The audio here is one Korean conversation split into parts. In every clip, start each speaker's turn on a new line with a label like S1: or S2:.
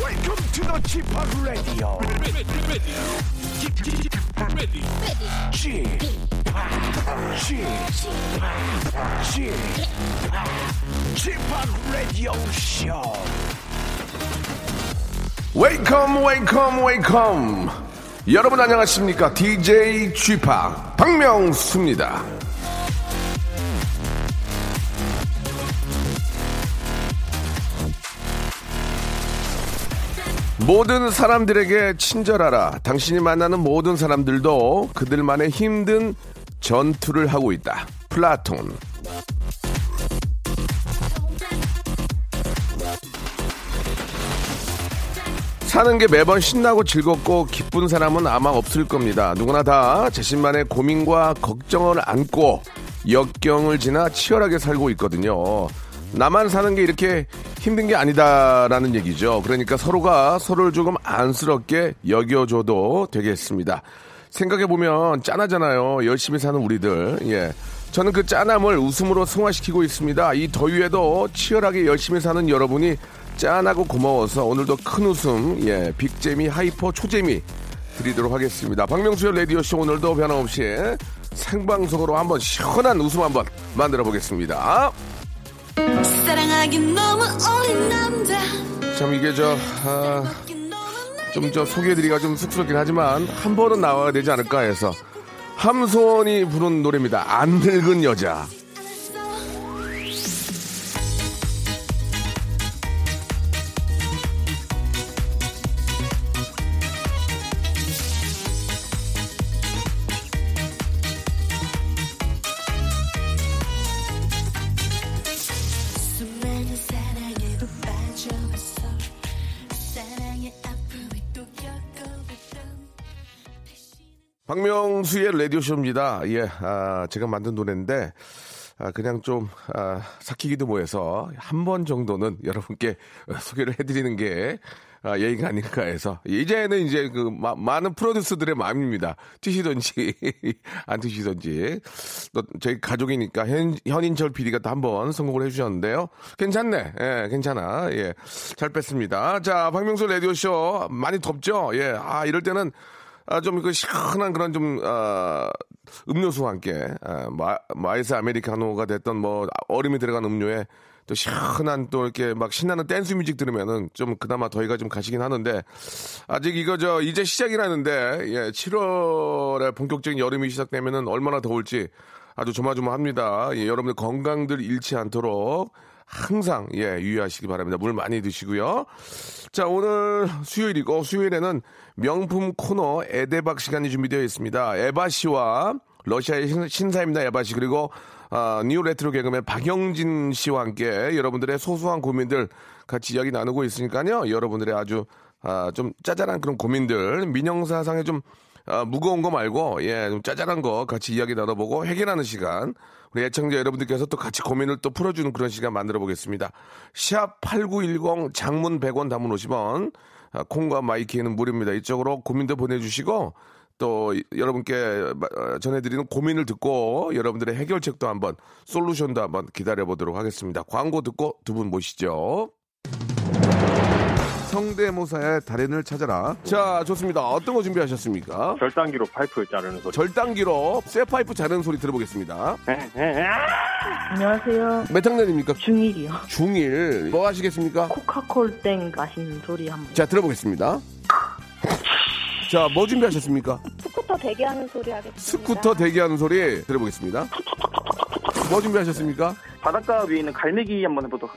S1: Welcome to the g p o p Radio.
S2: ready, ready, ready, ready.
S1: g p o p g p o p Radio Show.
S3: 웨이컴 웨이컴 웨이컴 여러분 안녕하십니까 DJ 쥐파 박명수입니다 모든 사람들에게 친절하라 당신이 만나는 모든 사람들도 그들만의 힘든 전투를 하고 있다 플라톤 사는 게 매번 신나고 즐겁고 기쁜 사람은 아마 없을 겁니다. 누구나 다 자신만의 고민과 걱정을 안고 역경을 지나 치열하게 살고 있거든요. 나만 사는 게 이렇게 힘든 게 아니다라는 얘기죠. 그러니까 서로가 서로를 조금 안쓰럽게 여겨줘도 되겠습니다. 생각해보면 짠하잖아요. 열심히 사는 우리들. 예. 저는 그 짠함을 웃음으로 승화시키고 있습니다. 이 더위에도 치열하게 열심히 사는 여러분이 짠하고 고마워서 오늘도 큰 웃음, 예, 빅재미, 하이퍼, 초재미 드리도록 하겠습니다. 박명수의 라디오쇼 오늘도 변함없이 생방송으로 한번 시원한 웃음 한번 만들어 보겠습니다.
S4: 사랑하긴 너무 어린 남자
S3: 참 이게 저, 아, 좀 저 소개해드리기가 좀 쑥스럽긴 하지만 한 번은 나와야 되지 않을까 해서 함소원이 부른 노래입니다. 안 늙은 여자.
S4: 수많은 사랑에도 빠져서 사랑의 아픔을 또 겪어봤던
S3: 박명수의 라디오쇼입니다. 예, 아, 제가 만든 노래인데, 아, 그냥 좀, 아, 삭히기도 뭐해서 한 번 정도는 여러분께 소개를 해드리는 게 아, 예의가 아닐까 해서, 이제는 이제 그 마- 많은 프로듀스들의 마음입니다. 튀시던지, 안 튀시던지. 또 저희 가족이니까 현, 현인철 PD가 또 한 번 선곡을 해주셨는데요. 괜찮네. 예, 괜찮아. 예, 잘 뺐습니다. 자, 박명수 라디오쇼 많이 덥죠? 예, 아, 이럴 때는 아, 좀 그 시원한 그런 좀, 아, 음료수와 함께, 아, 마, 마이스 아메리카노가 됐던 뭐, 얼음이 들어간 음료에 또 시원한 또 이렇게 막 신나는 댄스 뮤직 들으면은 좀 그나마 더위가 좀 가시긴 하는데, 아직 이거 저, 이제 시작이라는데, 예, 7월에 본격적인 여름이 시작되면은 얼마나 더울지 아주 조마조마합니다. 예, 여러분들 건강들 잃지 않도록 항상, 예, 유의하시기 바랍니다. 물 많이 드시고요. 자, 오늘 수요일이고 수요일에는 명품 코너 에데박 시간이 준비되어 있습니다. 에바 씨와 러시아의 신- 신사입니다. 에바 씨 그리고 아, 뉴 레트로 개그맨 박영진 씨와 함께 여러분들의 소소한 고민들 같이 이야기 나누고 있으니까요. 여러분들의 아주 아, 좀 짜잘한 그런 고민들 민영사상에 좀 아, 무거운 거 말고 예, 좀 짜잘한 거 같이 이야기 나눠보고 해결하는 시간. 우리 애청자 여러분들께서 또 같이 고민을 또 풀어주는 그런 시간 만들어 보겠습니다. 샵 8910 장문 100원 담은 50원. 아, 콩과 마이키에는 무료입니다. 이쪽으로 고민도 보내주시고 또 이- 여러분께 마- 어, 전해드리는 고민을 듣고 여러분들의 해결책도 한번 솔루션도 한번 기다려보도록 하겠습니다. 광고 듣고 두 분 모시죠. 성대모사의 달인을 찾아라. 자, 좋습니다. 어떤 거 준비하셨습니까?
S5: 절단기로 파이프 자르는 소리.
S3: 절단기로 쇠파이프 자르는 소리 들어보겠습니다.
S6: 네, 안녕하세요.
S3: 몇 학년입니까?
S6: 중일이요.
S3: 중1. 뭐 하시겠습니까?
S6: 코카콜땡 마시는 소리 한번.
S3: 자, 들어보겠습니다. 자, 뭐 준비하셨습니까?
S7: 스쿠터 대기하는 소리 하겠습니다.
S3: 스쿠터 대기하는 소리 들어보겠습니다. 뭐 준비하셨습니까?
S5: 바닷가 위에 있는 갈매기 한번 해보도록.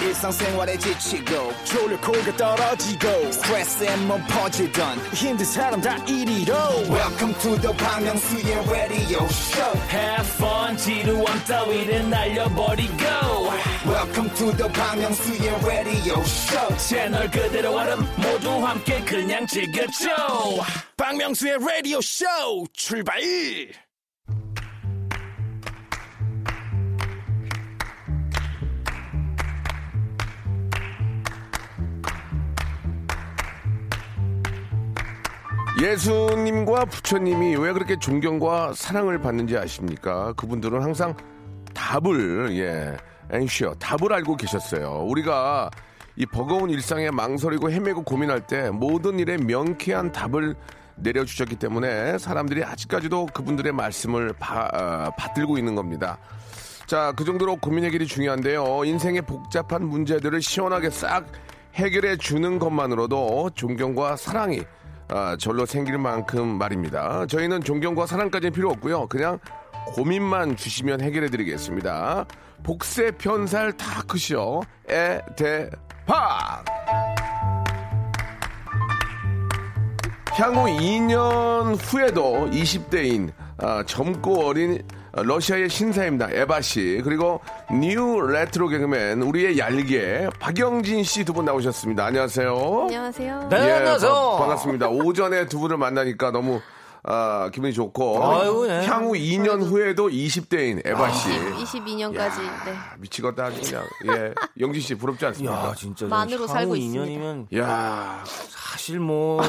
S8: 일상생활에 지치고, 졸려 코가 떨어지고, 스트레스에 몸 퍼지던, 힘든 사람 다 이리로. welcome to the Bang Myung-soo's radio show
S9: Have fun 지루함 따위를 날려버리고
S8: welcome to the Bang Myung-soo's radio show
S9: 채널 그대로 얼음 모두 함께 그냥 즐겨줘
S8: 박명수의 라디오 쇼 출발!
S3: 예수님과 부처님이 왜 그렇게 존경과 사랑을 받는지 아십니까? 그분들은 항상 답을 예, ensure 답을 알고 계셨어요. 우리가 이 버거운 일상에 망설이고 헤매고 고민할 때 모든 일에 명쾌한 답을 내려주셨기 때문에 사람들이 아직까지도 그분들의 말씀을 바- 아, 받들고 있는 겁니다. 자, 그 정도로 고민 해결이 중요한데요. 인생의 복잡한 문제들을 시원하게 싹 해결해 주는 것만으로도 존경과 사랑이 아, 절로 생길 만큼 말입니다. 저희는 존경과 사랑까지는 필요 없고요. 그냥 고민만 주시면 해결해 드리겠습니다. 복세 편살 다 크시오. 에, 대, 박! 향후 2년 후에도 20대인 아, 젊고 어린 아, 러시아의 신사입니다. 에바 씨 그리고 뉴 레트로 개그맨 우리의 얄개 박영진 씨 두 분 나오셨습니다. 안녕하세요.
S10: 안녕하세요.
S3: 예, 바- 반갑습니다. 오전에 두 분을 만나니까 너무 아, 기분이 좋고
S9: 아유, 예.
S3: 향후 2년 후에도 20대인 에바 씨
S10: 22년까지 네.
S3: 미치겠다 아주 그냥 예 영진 씨 부럽지 않습니까?
S9: 야 아, 진짜
S10: 만으로 살고
S9: 2년이면
S3: 야
S9: 사실 뭐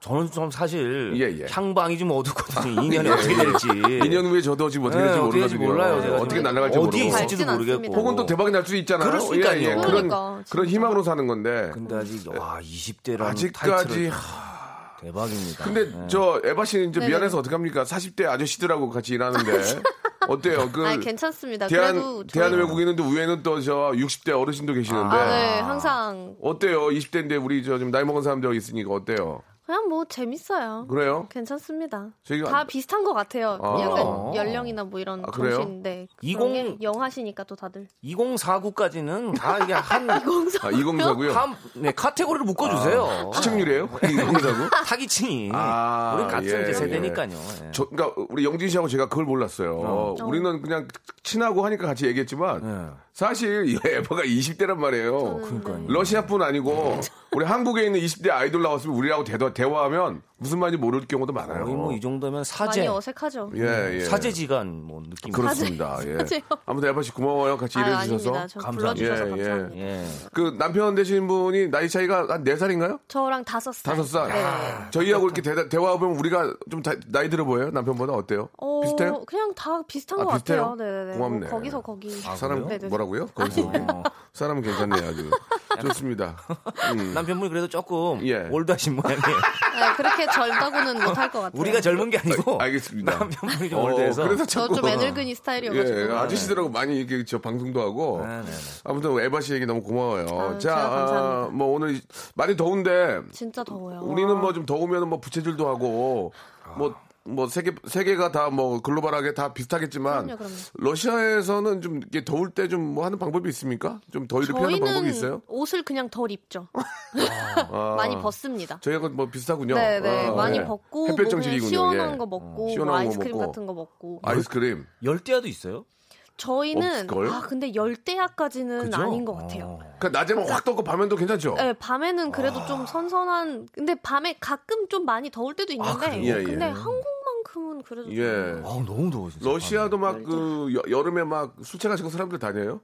S9: 저는 좀 사실
S3: 예, 예.
S9: 향방이 좀 어둡거든요 2년이
S3: 예,
S9: 어떻게
S3: 예.
S9: 될지
S3: 2년 후에 저도 어떻게 어떻게
S9: 예,
S3: 될지
S9: 어떻게 될지
S3: 모르거든요.
S9: 몰라요 제가
S3: 어떻게
S9: 지금.
S3: 날아갈지
S9: 어디에
S3: 모르고
S9: 있을지도
S10: 밝진
S9: 모르겠고
S10: 않습니다.
S3: 혹은 또 대박이 날 수도 있잖아요. 예,
S9: 그럴 수니까요.
S3: 그런
S10: 그러니까, 진짜.
S3: 그런 희망으로 사는 건데
S9: 근데 아직 와 20대라는
S3: 예. 아직까지
S9: 타이틀을
S3: 하-
S9: 대박입니다
S3: 근데
S9: 예.
S3: 저 에바 씨는 이제
S10: 네네. 그렇죠.
S3: 미안해서 어떻게 합니까? 40대 아저씨들하고 같이 일하는데 어때요? 그
S10: 아 괜찮습니다. 그래도
S3: 대한
S10: 저희-
S3: 대한 외국인인데 우에는 또 저 60대 어르신도 계시는데
S10: 아, 네, 항상
S3: 어때요? 20대인데 우리 저 좀 나이 먹은 사람들 있으니까 어때요?
S10: 그냥 뭐 재밌어요.
S3: 그래요?
S10: 괜찮습니다.
S3: 저희가-
S10: 다 비슷한 것 같아요.
S3: 아.
S10: 약간 연령이나 뭐 이런
S3: 아, 그래요?
S10: 정신, 네.
S9: 이공-
S10: 그런 게 영하시니까 또 다들.
S9: 2049까지는 다 이게 한
S3: 아, 2049요. 아,
S9: 한 네, 카테고리를 묶어주세요.
S3: 시청률이에요?
S10: 아, 네.
S3: 2049?
S9: 사기층이
S3: 아,
S9: 우리 같은
S3: 예,
S9: 이제
S3: 예.
S9: 세대니까요. 예.
S3: 저, 그러니까 우리 영진 씨하고 제가 그걸 몰랐어요. 우리는 그냥 친하고 하니까 같이 얘기했지만
S11: 네.
S9: 예.
S3: 사실 이 에버가 20대란 말이에요.
S9: 그러니까요.
S3: 러시아뿐 아니고 우리 한국에 있는 20대 아이돌 나왔으면 우리하고 대화, 대화하면 무슨 말인지 모를 경우도 많아요.
S9: 거의 뭐이 정도면 사제
S10: 많이 어색하죠.
S3: 예, 예.
S9: 사제지간 뭐 느낌.
S3: 그렇습니다. 예.
S10: 사제요?
S3: 아무튼 에바 씨 고마워요. 같이
S10: 아유,
S3: 일해 주셔서.
S10: 아닙니다. 저
S9: 감사합니다.
S10: 불러주셔서
S3: 예, 예.
S10: 감사합니다.
S9: 예.
S3: 그 남편 되신 분이 나이 차이가 한 4살인가요?
S10: 저랑 다섯 살.
S3: 다섯 살.
S10: 네.
S3: 아, 저희하고 이렇게 대, 대화해보면 우리가 좀 다- 나이 들어 보여요? 남편보다 어때요?
S10: 어,
S3: 비슷해요?
S10: 그냥 다 비슷한
S3: 아,
S10: 것
S3: 비슷해요? 아.
S10: 같아요. 네네네.
S3: 고맙네.
S10: 뭐 거기서 거기.
S3: 사람,
S10: 그래요? 네네.
S3: 뭐라고요? 거기서 거기. 사람은 괜찮네요, 아주. 좋습니다. 음.
S9: 남편분이 그래도 조금
S3: 예.
S9: 올드하신 모양이에요.
S10: 네, 그렇게 절다고는 못할 것 같아요.
S9: 우리가 젊은 게
S10: 어,
S9: 아니고
S3: 알겠습니다.
S9: 남편분이 좀
S3: 어,
S9: 올드해서.
S3: 그래서
S10: 저
S3: 자꾸.
S10: 좀 애늙은이 스타일이어가지고.
S3: 예, 아저씨들하고 많이 이렇게 저 방송도 하고.
S9: 네, 네, 네.
S3: 아무튼 에바 씨 얘기 너무 고마워요. 자,
S10: 아유, 제가 감사합니다. 어.
S3: 아, 뭐 오늘 많이 더운데
S10: 진짜 더워요.
S3: 우리는 뭐 좀 더우면 뭐 부채질도 하고
S10: 아.
S3: 뭐 뭐 세계 세계가 다 뭐 글로벌하게 다 비슷하겠지만
S10: 그럼요, 그럼요.
S3: 러시아에서는 좀 이게 더울 때 좀 뭐 하는 방법이 있습니까? 좀 더위를 피하는 방법이 있어요? 아.
S10: 저희는 옷을 그냥 덜 입죠. 많이 벗습니다.
S3: 저희가 뭐 비슷하군요.
S10: 네네
S3: 아,
S10: 많이
S3: 예.
S10: 벗고
S3: 햇볕
S10: 뭐 그냥
S3: 정책이군요.
S10: 시원한
S3: 예.
S10: 거 먹고
S3: 시원한
S10: 뭐
S3: 거
S10: 아이스크림
S3: 먹고.
S10: 같은 거 먹고
S3: 아이스크림.
S9: 열대야도 있어요?
S10: 저희는
S3: 없을걸?
S10: 아 근데 열대야까지는
S9: 그죠?
S10: 아닌 것 같아요.
S9: 어.
S3: 그러니까 낮에만 확 덥고 밤에도 괜찮죠?
S10: 네, 밤에는 그래도
S3: 아.
S10: 좀 선선한 근데 밤에 가끔 좀 많이 더울 때도 있는데
S3: 그래요? 예,
S10: 근데
S3: 예.
S10: 한국만큼은 그래도 좀
S3: 예.
S9: 아우, 너무 더워 진짜.
S3: 러시아도 막 그 여름에 막 술채 가지고 사람들 다녀요?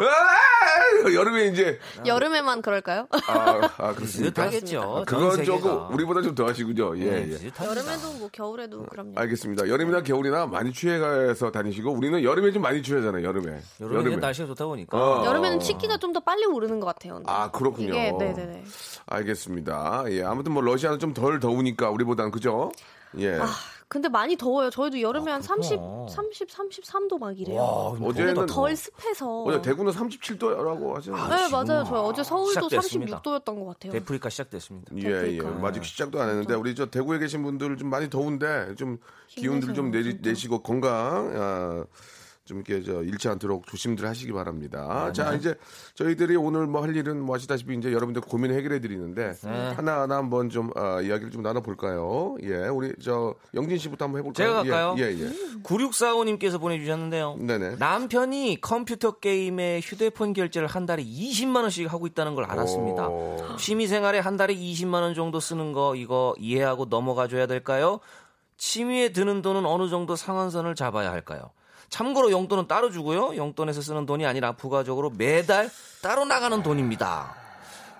S3: 으아! 여름에 이제
S10: 여름에만 그럴까요?
S3: 아, 아 그렇습니까?
S9: 비슷하겠죠. 네,
S3: 그건 조금 우리보다 좀 더 하시군요. 예, 예.
S10: 여름에도 뭐 겨울에도 그럼요.
S3: 알겠습니다. 여름이나 겨울이나 많이 취해가서 다니시고 우리는 여름에 좀 많이 취하잖아요. 여름에.
S9: 여름에, 날씨가 좋다 보니까
S3: 어.
S10: 여름에는 식기가 좀 더 빨리 오르는 것 같아요. 근데.
S3: 아 그렇군요.
S10: 이게 예, 네네네.
S3: 알겠습니다. 예, 아무튼 뭐 러시아는 좀 덜 더우니까 우리보다는 그죠? 예.
S10: 아, 근데 많이 더워요. 저희도
S9: 아,
S10: 여름에 한 30, 30, 33도 막 이래요.
S9: 와, 근데
S3: 어제는 뭐.
S10: 덜 습해서.
S3: 어제 대구는 37도라고 하잖아요.
S10: 네,
S9: 지금
S10: 맞아요. 저희 어제 서울도
S9: 시작됐습니다.
S10: 36도였던 것 같아요.
S9: 데프리카 시작됐습니다.
S3: 예, 예.
S10: 그러니까요.
S3: 아직 시작도 안 했는데 우리 저 대구에 계신 분들 좀 많이 더운데 좀 기운들 좀
S10: 힘내세요,
S3: 내리,
S10: 진짜.
S3: 내시고 건강 아, 좀 이렇게 저 잃지 않도록 조심들 하시기 바랍니다. 자 이제 저희들이 오늘 뭐 할 일은 뭐 아시다시피 이제 여러분들 고민 해결해 드리는데 하나 하나 한번 좀 아, 이야기를 좀 나눠 볼까요? 예, 우리 저 영진 씨부터 한번 해볼까요?
S11: 제가 갈까요?
S3: 예, 예. 예.
S11: 9645님께서 보내주셨는데요.
S3: 네네.
S11: 남편이 컴퓨터 게임에 휴대폰 결제를 한 달에 20만 원씩 하고 있다는 걸 알았습니다. 취미 생활에 한 달에 20만 원 정도 쓰는 거 이거 이해하고 넘어가 줘야 될까요? 취미에 드는 돈은 어느 정도 상한선을 잡아야 할까요? 참고로 용돈은 따로 주고요. 용돈에서 쓰는 돈이 아니라 부가적으로 매달 따로 나가는 돈입니다.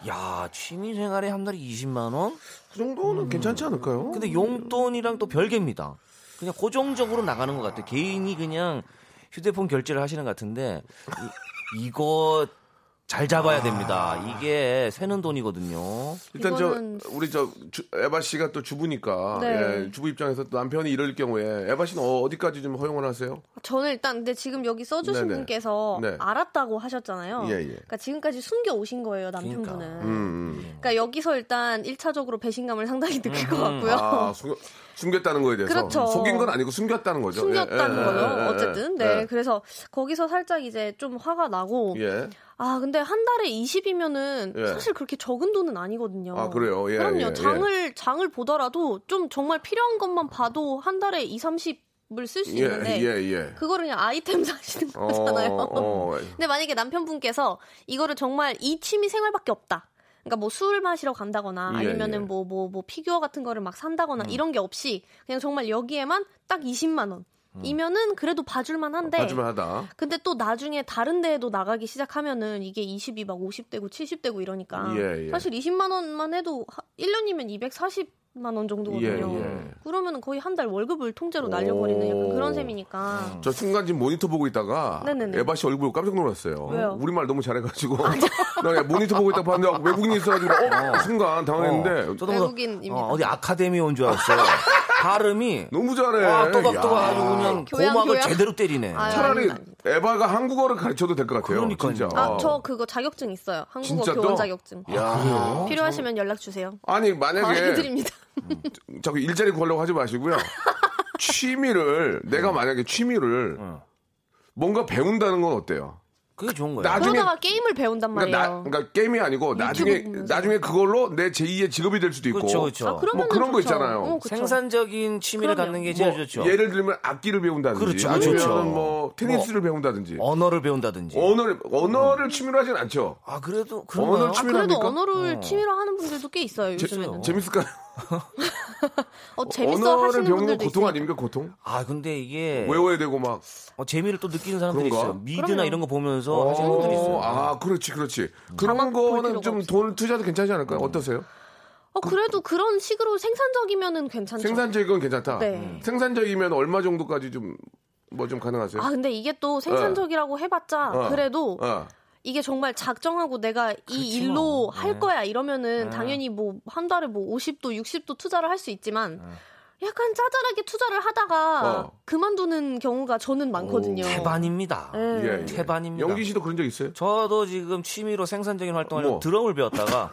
S11: 야, 취미 생활에 한 달에 20만 원?
S3: 그 정도는 괜찮지 않을까요?
S11: 근데 용돈이랑 또 별개입니다. 그냥 고정적으로 나가는 것 같아요. 개인이 그냥 휴대폰 결제를 하시는 것 같은데 이, 거잘 잡아야 됩니다. 이게 새는 돈이거든요.
S3: 일단 저 우리 저 주- 에바 씨가 또 주부니까
S10: 네.
S3: 예, 주부 입장에서 또 남편이 이럴 경우에 에바 씨는 어, 어디까지 좀 허용을 하세요?
S10: 저는 일단 근데 지금 여기 써주신
S3: 네네.
S10: 분께서
S3: 네.
S10: 알았다고 하셨잖아요.
S3: 예, 예.
S10: 그러니까 지금까지 숨겨 오신 거예요 남편분은. 그러니까.
S3: 음.
S10: 여기서 일단 1차적으로 배신감을
S9: 음.
S10: 상당히 느낄 것 같고요.
S3: 아, 숨, 숨겼다는 거에 대해서
S10: 그렇죠.
S3: 속인 건 아니고 숨겼다는 거죠.
S10: 숨겼다는
S3: 예, 예,
S10: 거죠.
S3: 예, 예,
S10: 어쨌든
S3: 예.
S10: 네. 그래서 거기서 살짝 이제 좀 화가 나고
S3: 예.
S10: 아 근데 한 달에 20이면은
S3: 예.
S10: 사실 그렇게 적은 돈은 아니거든요.
S3: 아, 그래요? 예,
S10: 그럼요.
S3: 예, 예.
S10: 장을 장을 보더라도 좀 정말 필요한 것만 봐도 한 달에 2, 30을 쓸 수
S3: 예,
S10: 있는데
S3: 예, 예.
S10: 그거를 그냥 아이템 사시는 거잖아요.
S3: 어, 어.
S10: 근데 만약에 남편분께서 이거를 정말 이 취미 생활밖에 없다. 그러니까 뭐 술을 마시러 간다거나
S12: 예,
S10: 아니면은
S12: 예.
S10: 뭐 뭐 뭐 피규어 같은 거를 막 산다거나
S3: 음.
S10: 이런 게 없이 그냥 정말 여기에만 딱 20만 원. 이면은 그래도 봐줄만 한데
S3: 하지만 하다.
S10: 근데 또 나중에 다른 데에도 나가기 시작하면은 이게 22, 막 50대고 70대고 이러니까
S3: 예, 예.
S10: 사실 20만 원만 해도 1년이면 240만 원 정도거든요.
S3: 예, 예.
S10: 그러면은 거의 한 달 월급을 통째로 날려버리는 약간 그런 셈이니까.
S3: 저 순간 지금 모니터 보고 있다가
S10: 네네네.
S3: 에바 씨 얼굴 보고 깜짝 놀랐어요.
S10: 왜요? 아,
S3: 우리말 너무 잘해가지고 나 모니터 보고 있다 봤는데 외국인이 있어가지고 어, 순간
S10: 어.
S3: 당황했는데
S11: 저도 그래서
S10: 외국인입니다.
S11: 어, 디 아카데미 온 줄 알았어요. 발음이
S3: 너무 잘해.
S11: 와, 또박또박
S3: 네. 야.
S11: 아주 그냥
S10: 교양,
S11: 고막을
S10: 교양.
S11: 제대로 때리네.
S10: 아유,
S3: 차라리
S10: 아닙니다.
S3: 에바가 한국어를 가르쳐도 될 것 같아요. 진짜.
S10: 음. 아, 저 그거 자격증 있어요. 한국어
S3: 어. 진짜
S10: 교원
S3: 또? 예.
S10: 자격증.
S11: 아,
S3: 야. 그래요?
S10: 필요하시면 연락 주세요.
S3: 아니 만약에
S10: 드립니다.
S3: 자꾸 일자리 구하려고 하지 마시고요. 취미를
S11: 네.
S3: 내가 만약에 취미를
S11: 어.
S3: 뭔가 배운다는 건 어때요?
S11: 그게 좋은 거예요.
S10: 그러다가 게임을 배운단 말이에요.
S3: 그러니까, 나- 그러니까 게임이 아니고 나중에 나중에 그걸로 내 제2의 직업이 될 수도 있고
S11: 그렇죠, 그렇죠. 아,
S3: 뭐
S11: 그러면은
S3: 그런 거
S11: 좋죠.
S3: 있잖아요.
S11: 어, 그렇죠. 생산적인 취미를
S3: 그럼요.
S11: 갖는 게 제일 좋죠.
S3: 뭐 예를 들면 악기를 배운다든지
S11: 그렇죠,
S3: 아니면
S11: 그렇죠.
S3: 뭐 테니스를 배운다든지
S11: 언어를 배운다든지
S3: 언어를 언어를 취미로 하진 않죠.
S11: 아 그래도
S3: 언어를
S10: 아,
S3: 취미로
S10: 그래도
S3: 합니까?
S10: 언어를 취미로 하는 분들도 꽤 있어요,
S3: 재-
S10: 요즘에는.
S3: 재밌을까요?
S10: 어, 재밌어
S3: 언어를
S10: 하시는
S3: 배우는 건
S10: 분들도
S3: 고통 아닙니까 고통?
S11: 아 근데 이게
S3: 외워야 되고 막
S11: 어, 재미를 또 느끼는 사람들이
S3: 그런가?
S11: 있어요. 미드나
S3: 그럼요.
S11: 이런 거 보면서 하시는 분들이 있어요.
S3: 어, 아, 그렇지, 그렇지. 그런 거는 좀 돈을 투자해도 괜찮지
S11: 음.
S3: 않을까요? 어떠세요?
S10: 어, 그래도 그런 식으로 생산적이면은 괜찮죠.
S3: 생산적인 괜찮다.
S10: 그렇죠. 네.
S3: 음. 생산적이면 얼마 정도까지 좀, 뭐 좀 가능하세요?
S10: 아, 뭐. 근데 이게 또 생산적이라고 해봤자
S3: 어.
S10: 그래도
S3: 어. 뭐.
S10: 이게 정말 작정하고 내가 이 일로
S3: 네.
S10: 할 거야 이러면은 당연히 뭐 한 달에 뭐 50도 60도 투자를 할 수 있지만
S3: 네.
S10: 약간 짜잘하게 투자를 하다가
S11: 어.
S10: 그만두는 경우가 저는 많거든요.
S11: 태반입니다.
S10: 예. 예, 예.
S11: 태반입니다.
S3: 영기 씨도 그런 적 있어요?
S11: 저도 지금 취미로 생산적인 활동을
S3: 뭐?
S11: 하려고 드럼을 배웠다가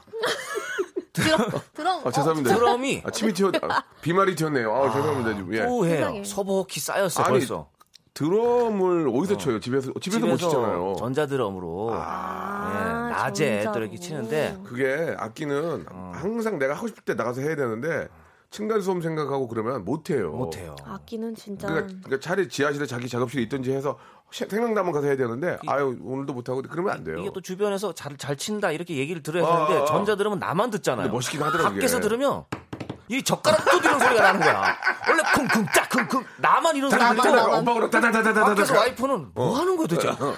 S10: 드럼
S3: 아, 죄송합니다.
S11: 드럼이
S3: 아, 침이 튀어, 아, 비말이 튀었네요. 아, 죄송합니다. 지금. 예.
S11: 후해요. 서복히 쌓였어요.
S3: 아니,
S11: 벌써.
S3: 드럼을 어디서 쳐요? 집에서, 집에서 못 치잖아요. 아,
S11: 전자드럼으로 예, 낮에 또 이렇게 치는데
S3: 그게 악기는
S11: 어.
S3: 항상 내가 하고 싶을 때 나가서 해야 되는데 층간 소음 생각하고 그러면 못 해요. 못 해요.
S10: 악기는 어, 진짜
S3: 그러니까, 그러니까 차라리 지하실에 자기 작업실에 있든지 해서 시- 생각나면 가서 해야 되는데 아유 오늘도 못 하고 그러면 안 돼요.
S11: 이게 또 주변에서 잘, 잘 친다 이렇게 얘기를 들어야
S3: 아,
S11: 하는데
S3: 아, 아.
S11: 전자드럼은 나만 듣잖아요.
S3: 근데 멋있긴 하더라고요,
S11: 밖에서
S3: 그게.
S11: 들으면 이 젓가락 두드리는 소리가 나는 거야. 원래 쿵쿵 짝쿵쿵 나만 이런 소리
S3: 따다다다,
S11: 들리고
S3: 엄박으로 따다다다다다.
S11: 밖에서 와이프는 뭐 하는 거야 도대체.
S3: 어.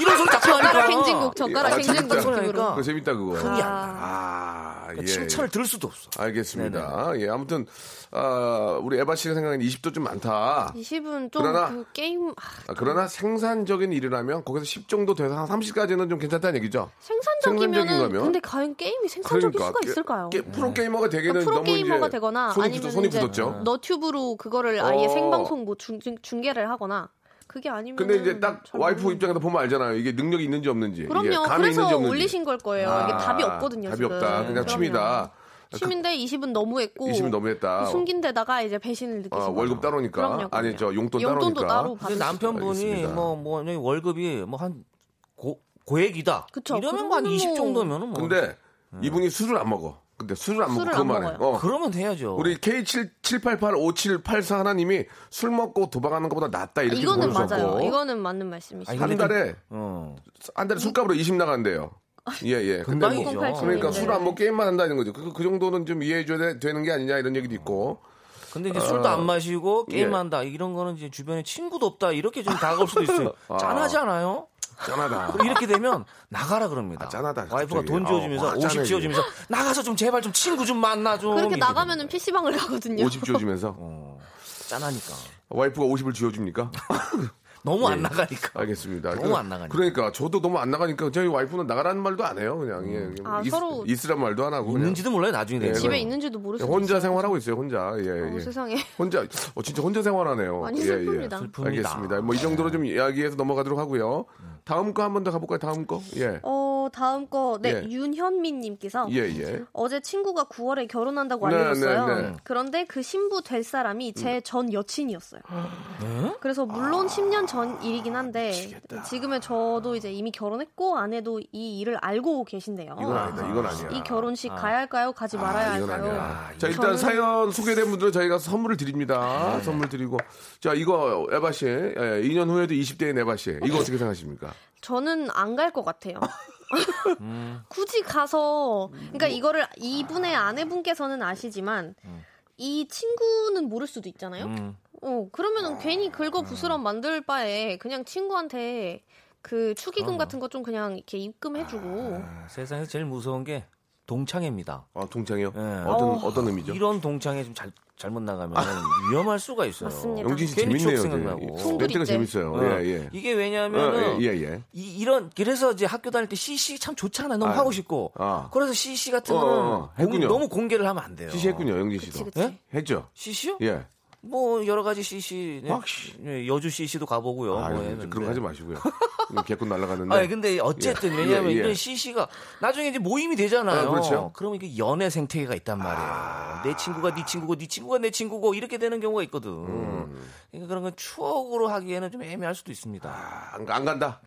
S11: 이런 소리 자꾸 하니까.
S10: 젓가락 횡진곡, 젓가락
S11: 아,
S10: 횡진곡
S11: 진짜.
S10: 느낌으로.
S11: 그러니까
S3: 그거 재밌다 그거.
S11: 흥이 안
S10: 아.
S3: 아,
S11: 그러니까
S3: 예.
S11: 칭찬을 들을 수도 없어.
S3: 알겠습니다. 예, 아무튼 아, 우리 에바 씨가 생각하는 20도 좀 많다.
S10: 20은 좀
S3: 그러나-
S10: 그 게임 아,
S3: 아, 그러나 생산적인 일이라면 거기서 10 정도 돼서 한 30까지는 좀 괜찮다는 얘기죠. 생산적인
S10: 생산적이면은
S3: 거면?
S10: 근데 과연 게임이 생산적일
S3: 그러니까.
S10: 수가
S11: 아,
S10: 있을까요?
S3: 게-
S11: 네.
S3: 그러니까 프로 게이머가 되기는
S11: 그러니까
S10: 그러니까 프로
S3: 너무 이제
S10: 게이머가 되거나
S3: 손이
S10: 아니면
S3: 굳어- 손이
S10: 이제
S3: 굳었죠.
S10: 너튜브로 그거를 아예
S3: 어.
S10: 생방송 뭐 중, 중, 중계를 하거나 그게 아니면
S3: 근데 이제 딱 와이프 입장에서 보면 알잖아요. 이게 능력이 있는지 없는지. 이게
S10: 음, 그럼요.
S3: 감이
S10: 그래서
S3: 있는지 없는지.
S10: 올리신 걸 거예요. 이게 답이 없거든요.
S3: 답이
S10: 지금.
S3: 없다. 그냥
S10: 그럼요.
S3: 취미다.
S10: 10인데 20은 너무했고
S3: 20은 너무했다.
S10: 숨긴 데다가 이제 배신을 느끼신
S3: 아,
S10: 거예요.
S3: 월급 따로니까.
S10: 그럼요, 그럼요.
S3: 아니, 저 용돈
S10: 용돈도
S3: 따로니까.
S10: 따로
S11: 근데
S10: 받으시고.
S11: 남편분이
S3: 알겠습니다.
S11: 뭐, 뭐, 내 월급이 뭐 한 고, 고액이다.
S10: 그쵸,
S11: 이러면 뭐 한
S10: 그거는
S11: 20
S10: 뭐-
S11: 정도면은 뭐.
S3: 근데 이분이 술을 안 먹어. 근데 술을 안 먹고
S10: 술을 안
S3: 그만 해.
S10: 먹어요.
S3: 어.
S11: 그러면 해야죠.
S3: 우리 K77885784 하나님이 술 먹고 도박하는 것보다 낫다 이렇게
S10: 아, 이거는
S3: 보내주셨고.
S10: 맞아요. 이거는 맞는 말씀이시죠.
S3: 한 달에
S11: 어.
S3: 한 달에 술값으로 20 나간대요. 예, 예. 근데 뭐,
S11: 금방이죠.
S3: 그러니까
S10: 네.
S3: 술 안 먹고 게임만 한다는 거죠. 그, 그 정도는 좀 이해해 줘야 돼- 되는 게 아니냐 이런 얘기도 있고.
S11: 근데 이제 술도 안 마시고
S3: 예.
S11: 게임한다 이런 거는 이제 주변에 친구도 없다 이렇게 좀 다가올 수도 있어요.
S3: 아.
S11: 짠하지 않아요?
S3: 짠하다.
S11: 그럼 이렇게 되면 나가라 그럽니다.
S3: 짠하다.
S11: 와이프가
S3: 갑자기.
S11: 돈
S3: 아,
S11: 지어주면서
S3: 와,
S11: 50
S3: 짠해,
S11: 지어주면서 나가서 좀 제발 좀 친구 좀 만나 좀.
S10: 그렇게
S11: 이렇게
S10: 나가면은 PC방을 가거든요.
S3: 50 지어주면서
S11: 짠하니까
S3: 와이프가 50을 지어줍니까?
S11: 너무 안 나가니까.
S3: 알겠습니다.
S11: 너무 안 나가니까.
S3: 그러니까 저도 너무 안 나가니까 저희 와이프는 나가라는 말도 안 해요. 그냥 예, 그냥
S10: 아,
S3: 있,
S10: 서로-
S3: 있으란 말도 안 하고 그냥.
S11: 음. 있는지도 몰라요 나중에
S3: 예,
S11: 되면.
S10: 집에
S3: 그래요.
S10: 있는지도 모를 수도
S3: 혼자
S10: 있어요.
S3: 생활하고 있어요. 혼자 예,
S10: 어,
S3: 예.
S10: 세상에.
S3: 혼자 어, 진짜 혼자 생활하네요.
S10: 많이
S3: 예,
S10: 슬픕니다.
S3: 예.
S11: 슬픕니다.
S3: 알겠습니다. 뭐 이 정도로 좀 이야기해서 넘어가도록 하고요. 다음 거 한 번 더 가볼까요? 다음 거 예.
S10: 어, 다음 거. 네,
S3: 예.
S10: 윤현민님께서.
S3: 예, 예.
S10: 어제 친구가 9월에 결혼한다고
S3: 네,
S10: 알려줬어요.
S3: 네, 음. 네.
S10: 그런데 그 신부 될 사람이 제 전 여친이었어요. 그래서
S3: 아,
S10: 물론 10년 전 일이긴 한데 지금의 저도 이제 이미 결혼했고 아내도 이 일을 알고 계신데요.
S3: 이건 아니다. 이건 아니야.
S10: 이 결혼식 가야 할까요? 가지 말아야
S3: 이건
S10: 할까요?
S3: 아니야. 자 일단
S10: 저는-
S3: 사연 소개된 분들은 저희가 선물을 드립니다. 선물 드리고 자 이거 에바 씨, 예, 2년 후에도 20대인 에바 씨 이거 어떻게 생각하십니까?
S10: 저는 안 갈 것 같아요. 굳이 가서
S3: 음.
S10: 그러니까 이거를 이분의 아내분께서는 아시지만 이 친구는 모를 수도 있잖아요.
S11: 음.
S3: 예.
S10: 어
S3: 아.
S10: 그러면은 괜히 긁어 부스럼 만들 바에 그냥 친구한테 그 축의금 같은 거 좀 그냥 이렇게 입금해주고
S11: 아, 세상에서 제일 무서운 게 동창회입니다.
S3: 아 동창이요?
S11: 예.
S3: 어떤 어떤 의미죠? 아.
S11: 이런 동창회 좀 잘, 잘못 나가면 위험할 수가 있어요.
S10: 맞습니다.
S3: 영진 씨
S11: 괜히 추억
S3: 재밌네요.
S11: 생각나고.
S3: 되게. 멘트가
S10: 송두리째.
S3: 재밌어요.
S11: 어.
S3: 예, 예.
S11: 이게
S3: 어,
S11: 왜냐하면
S3: 예, 예.
S11: 이, 이런 그래서 이제 학교 다닐 때 CC 참 좋잖아요. 너무
S3: 아,
S11: 하고 싶고.
S3: 아.
S11: 그래서 CC 같은
S3: 어,
S11: 거는
S3: 어, 어.
S11: 공-
S3: 했군요.
S11: 너무 공개를 하면 안 돼요.
S3: CC 했군요, 영진 씨도.
S10: 그치.
S11: 예?
S3: 했죠?
S11: CC요?
S3: 예.
S11: 뭐 여러 가지 CC, 예,
S3: 확실히.
S11: 예, 여주 CC도 가보고요.
S3: 아,
S11: 뭐
S3: 이제
S11: 했는데.
S3: 그런 거 하지 마시고요. 이거 개콘 날아가는데.
S11: 아니, 근데 어쨌든
S3: 네. 예.
S11: 왜냐하면
S3: 예, 예.
S11: 이런 CC가 나중에 이제 모임이 되잖아요.
S3: 아, 그렇죠. 아.
S11: 그러면 이게 연애 생태계가 있단 말이에요. 내 친구가 네 친구고 네 친구가 내 친구고 이렇게 되는 경우가 있거든. 그러니까 그런 건 추억으로 하기에는 좀 애매할 수도 있습니다.
S3: 음. 아, 안, 안 간다.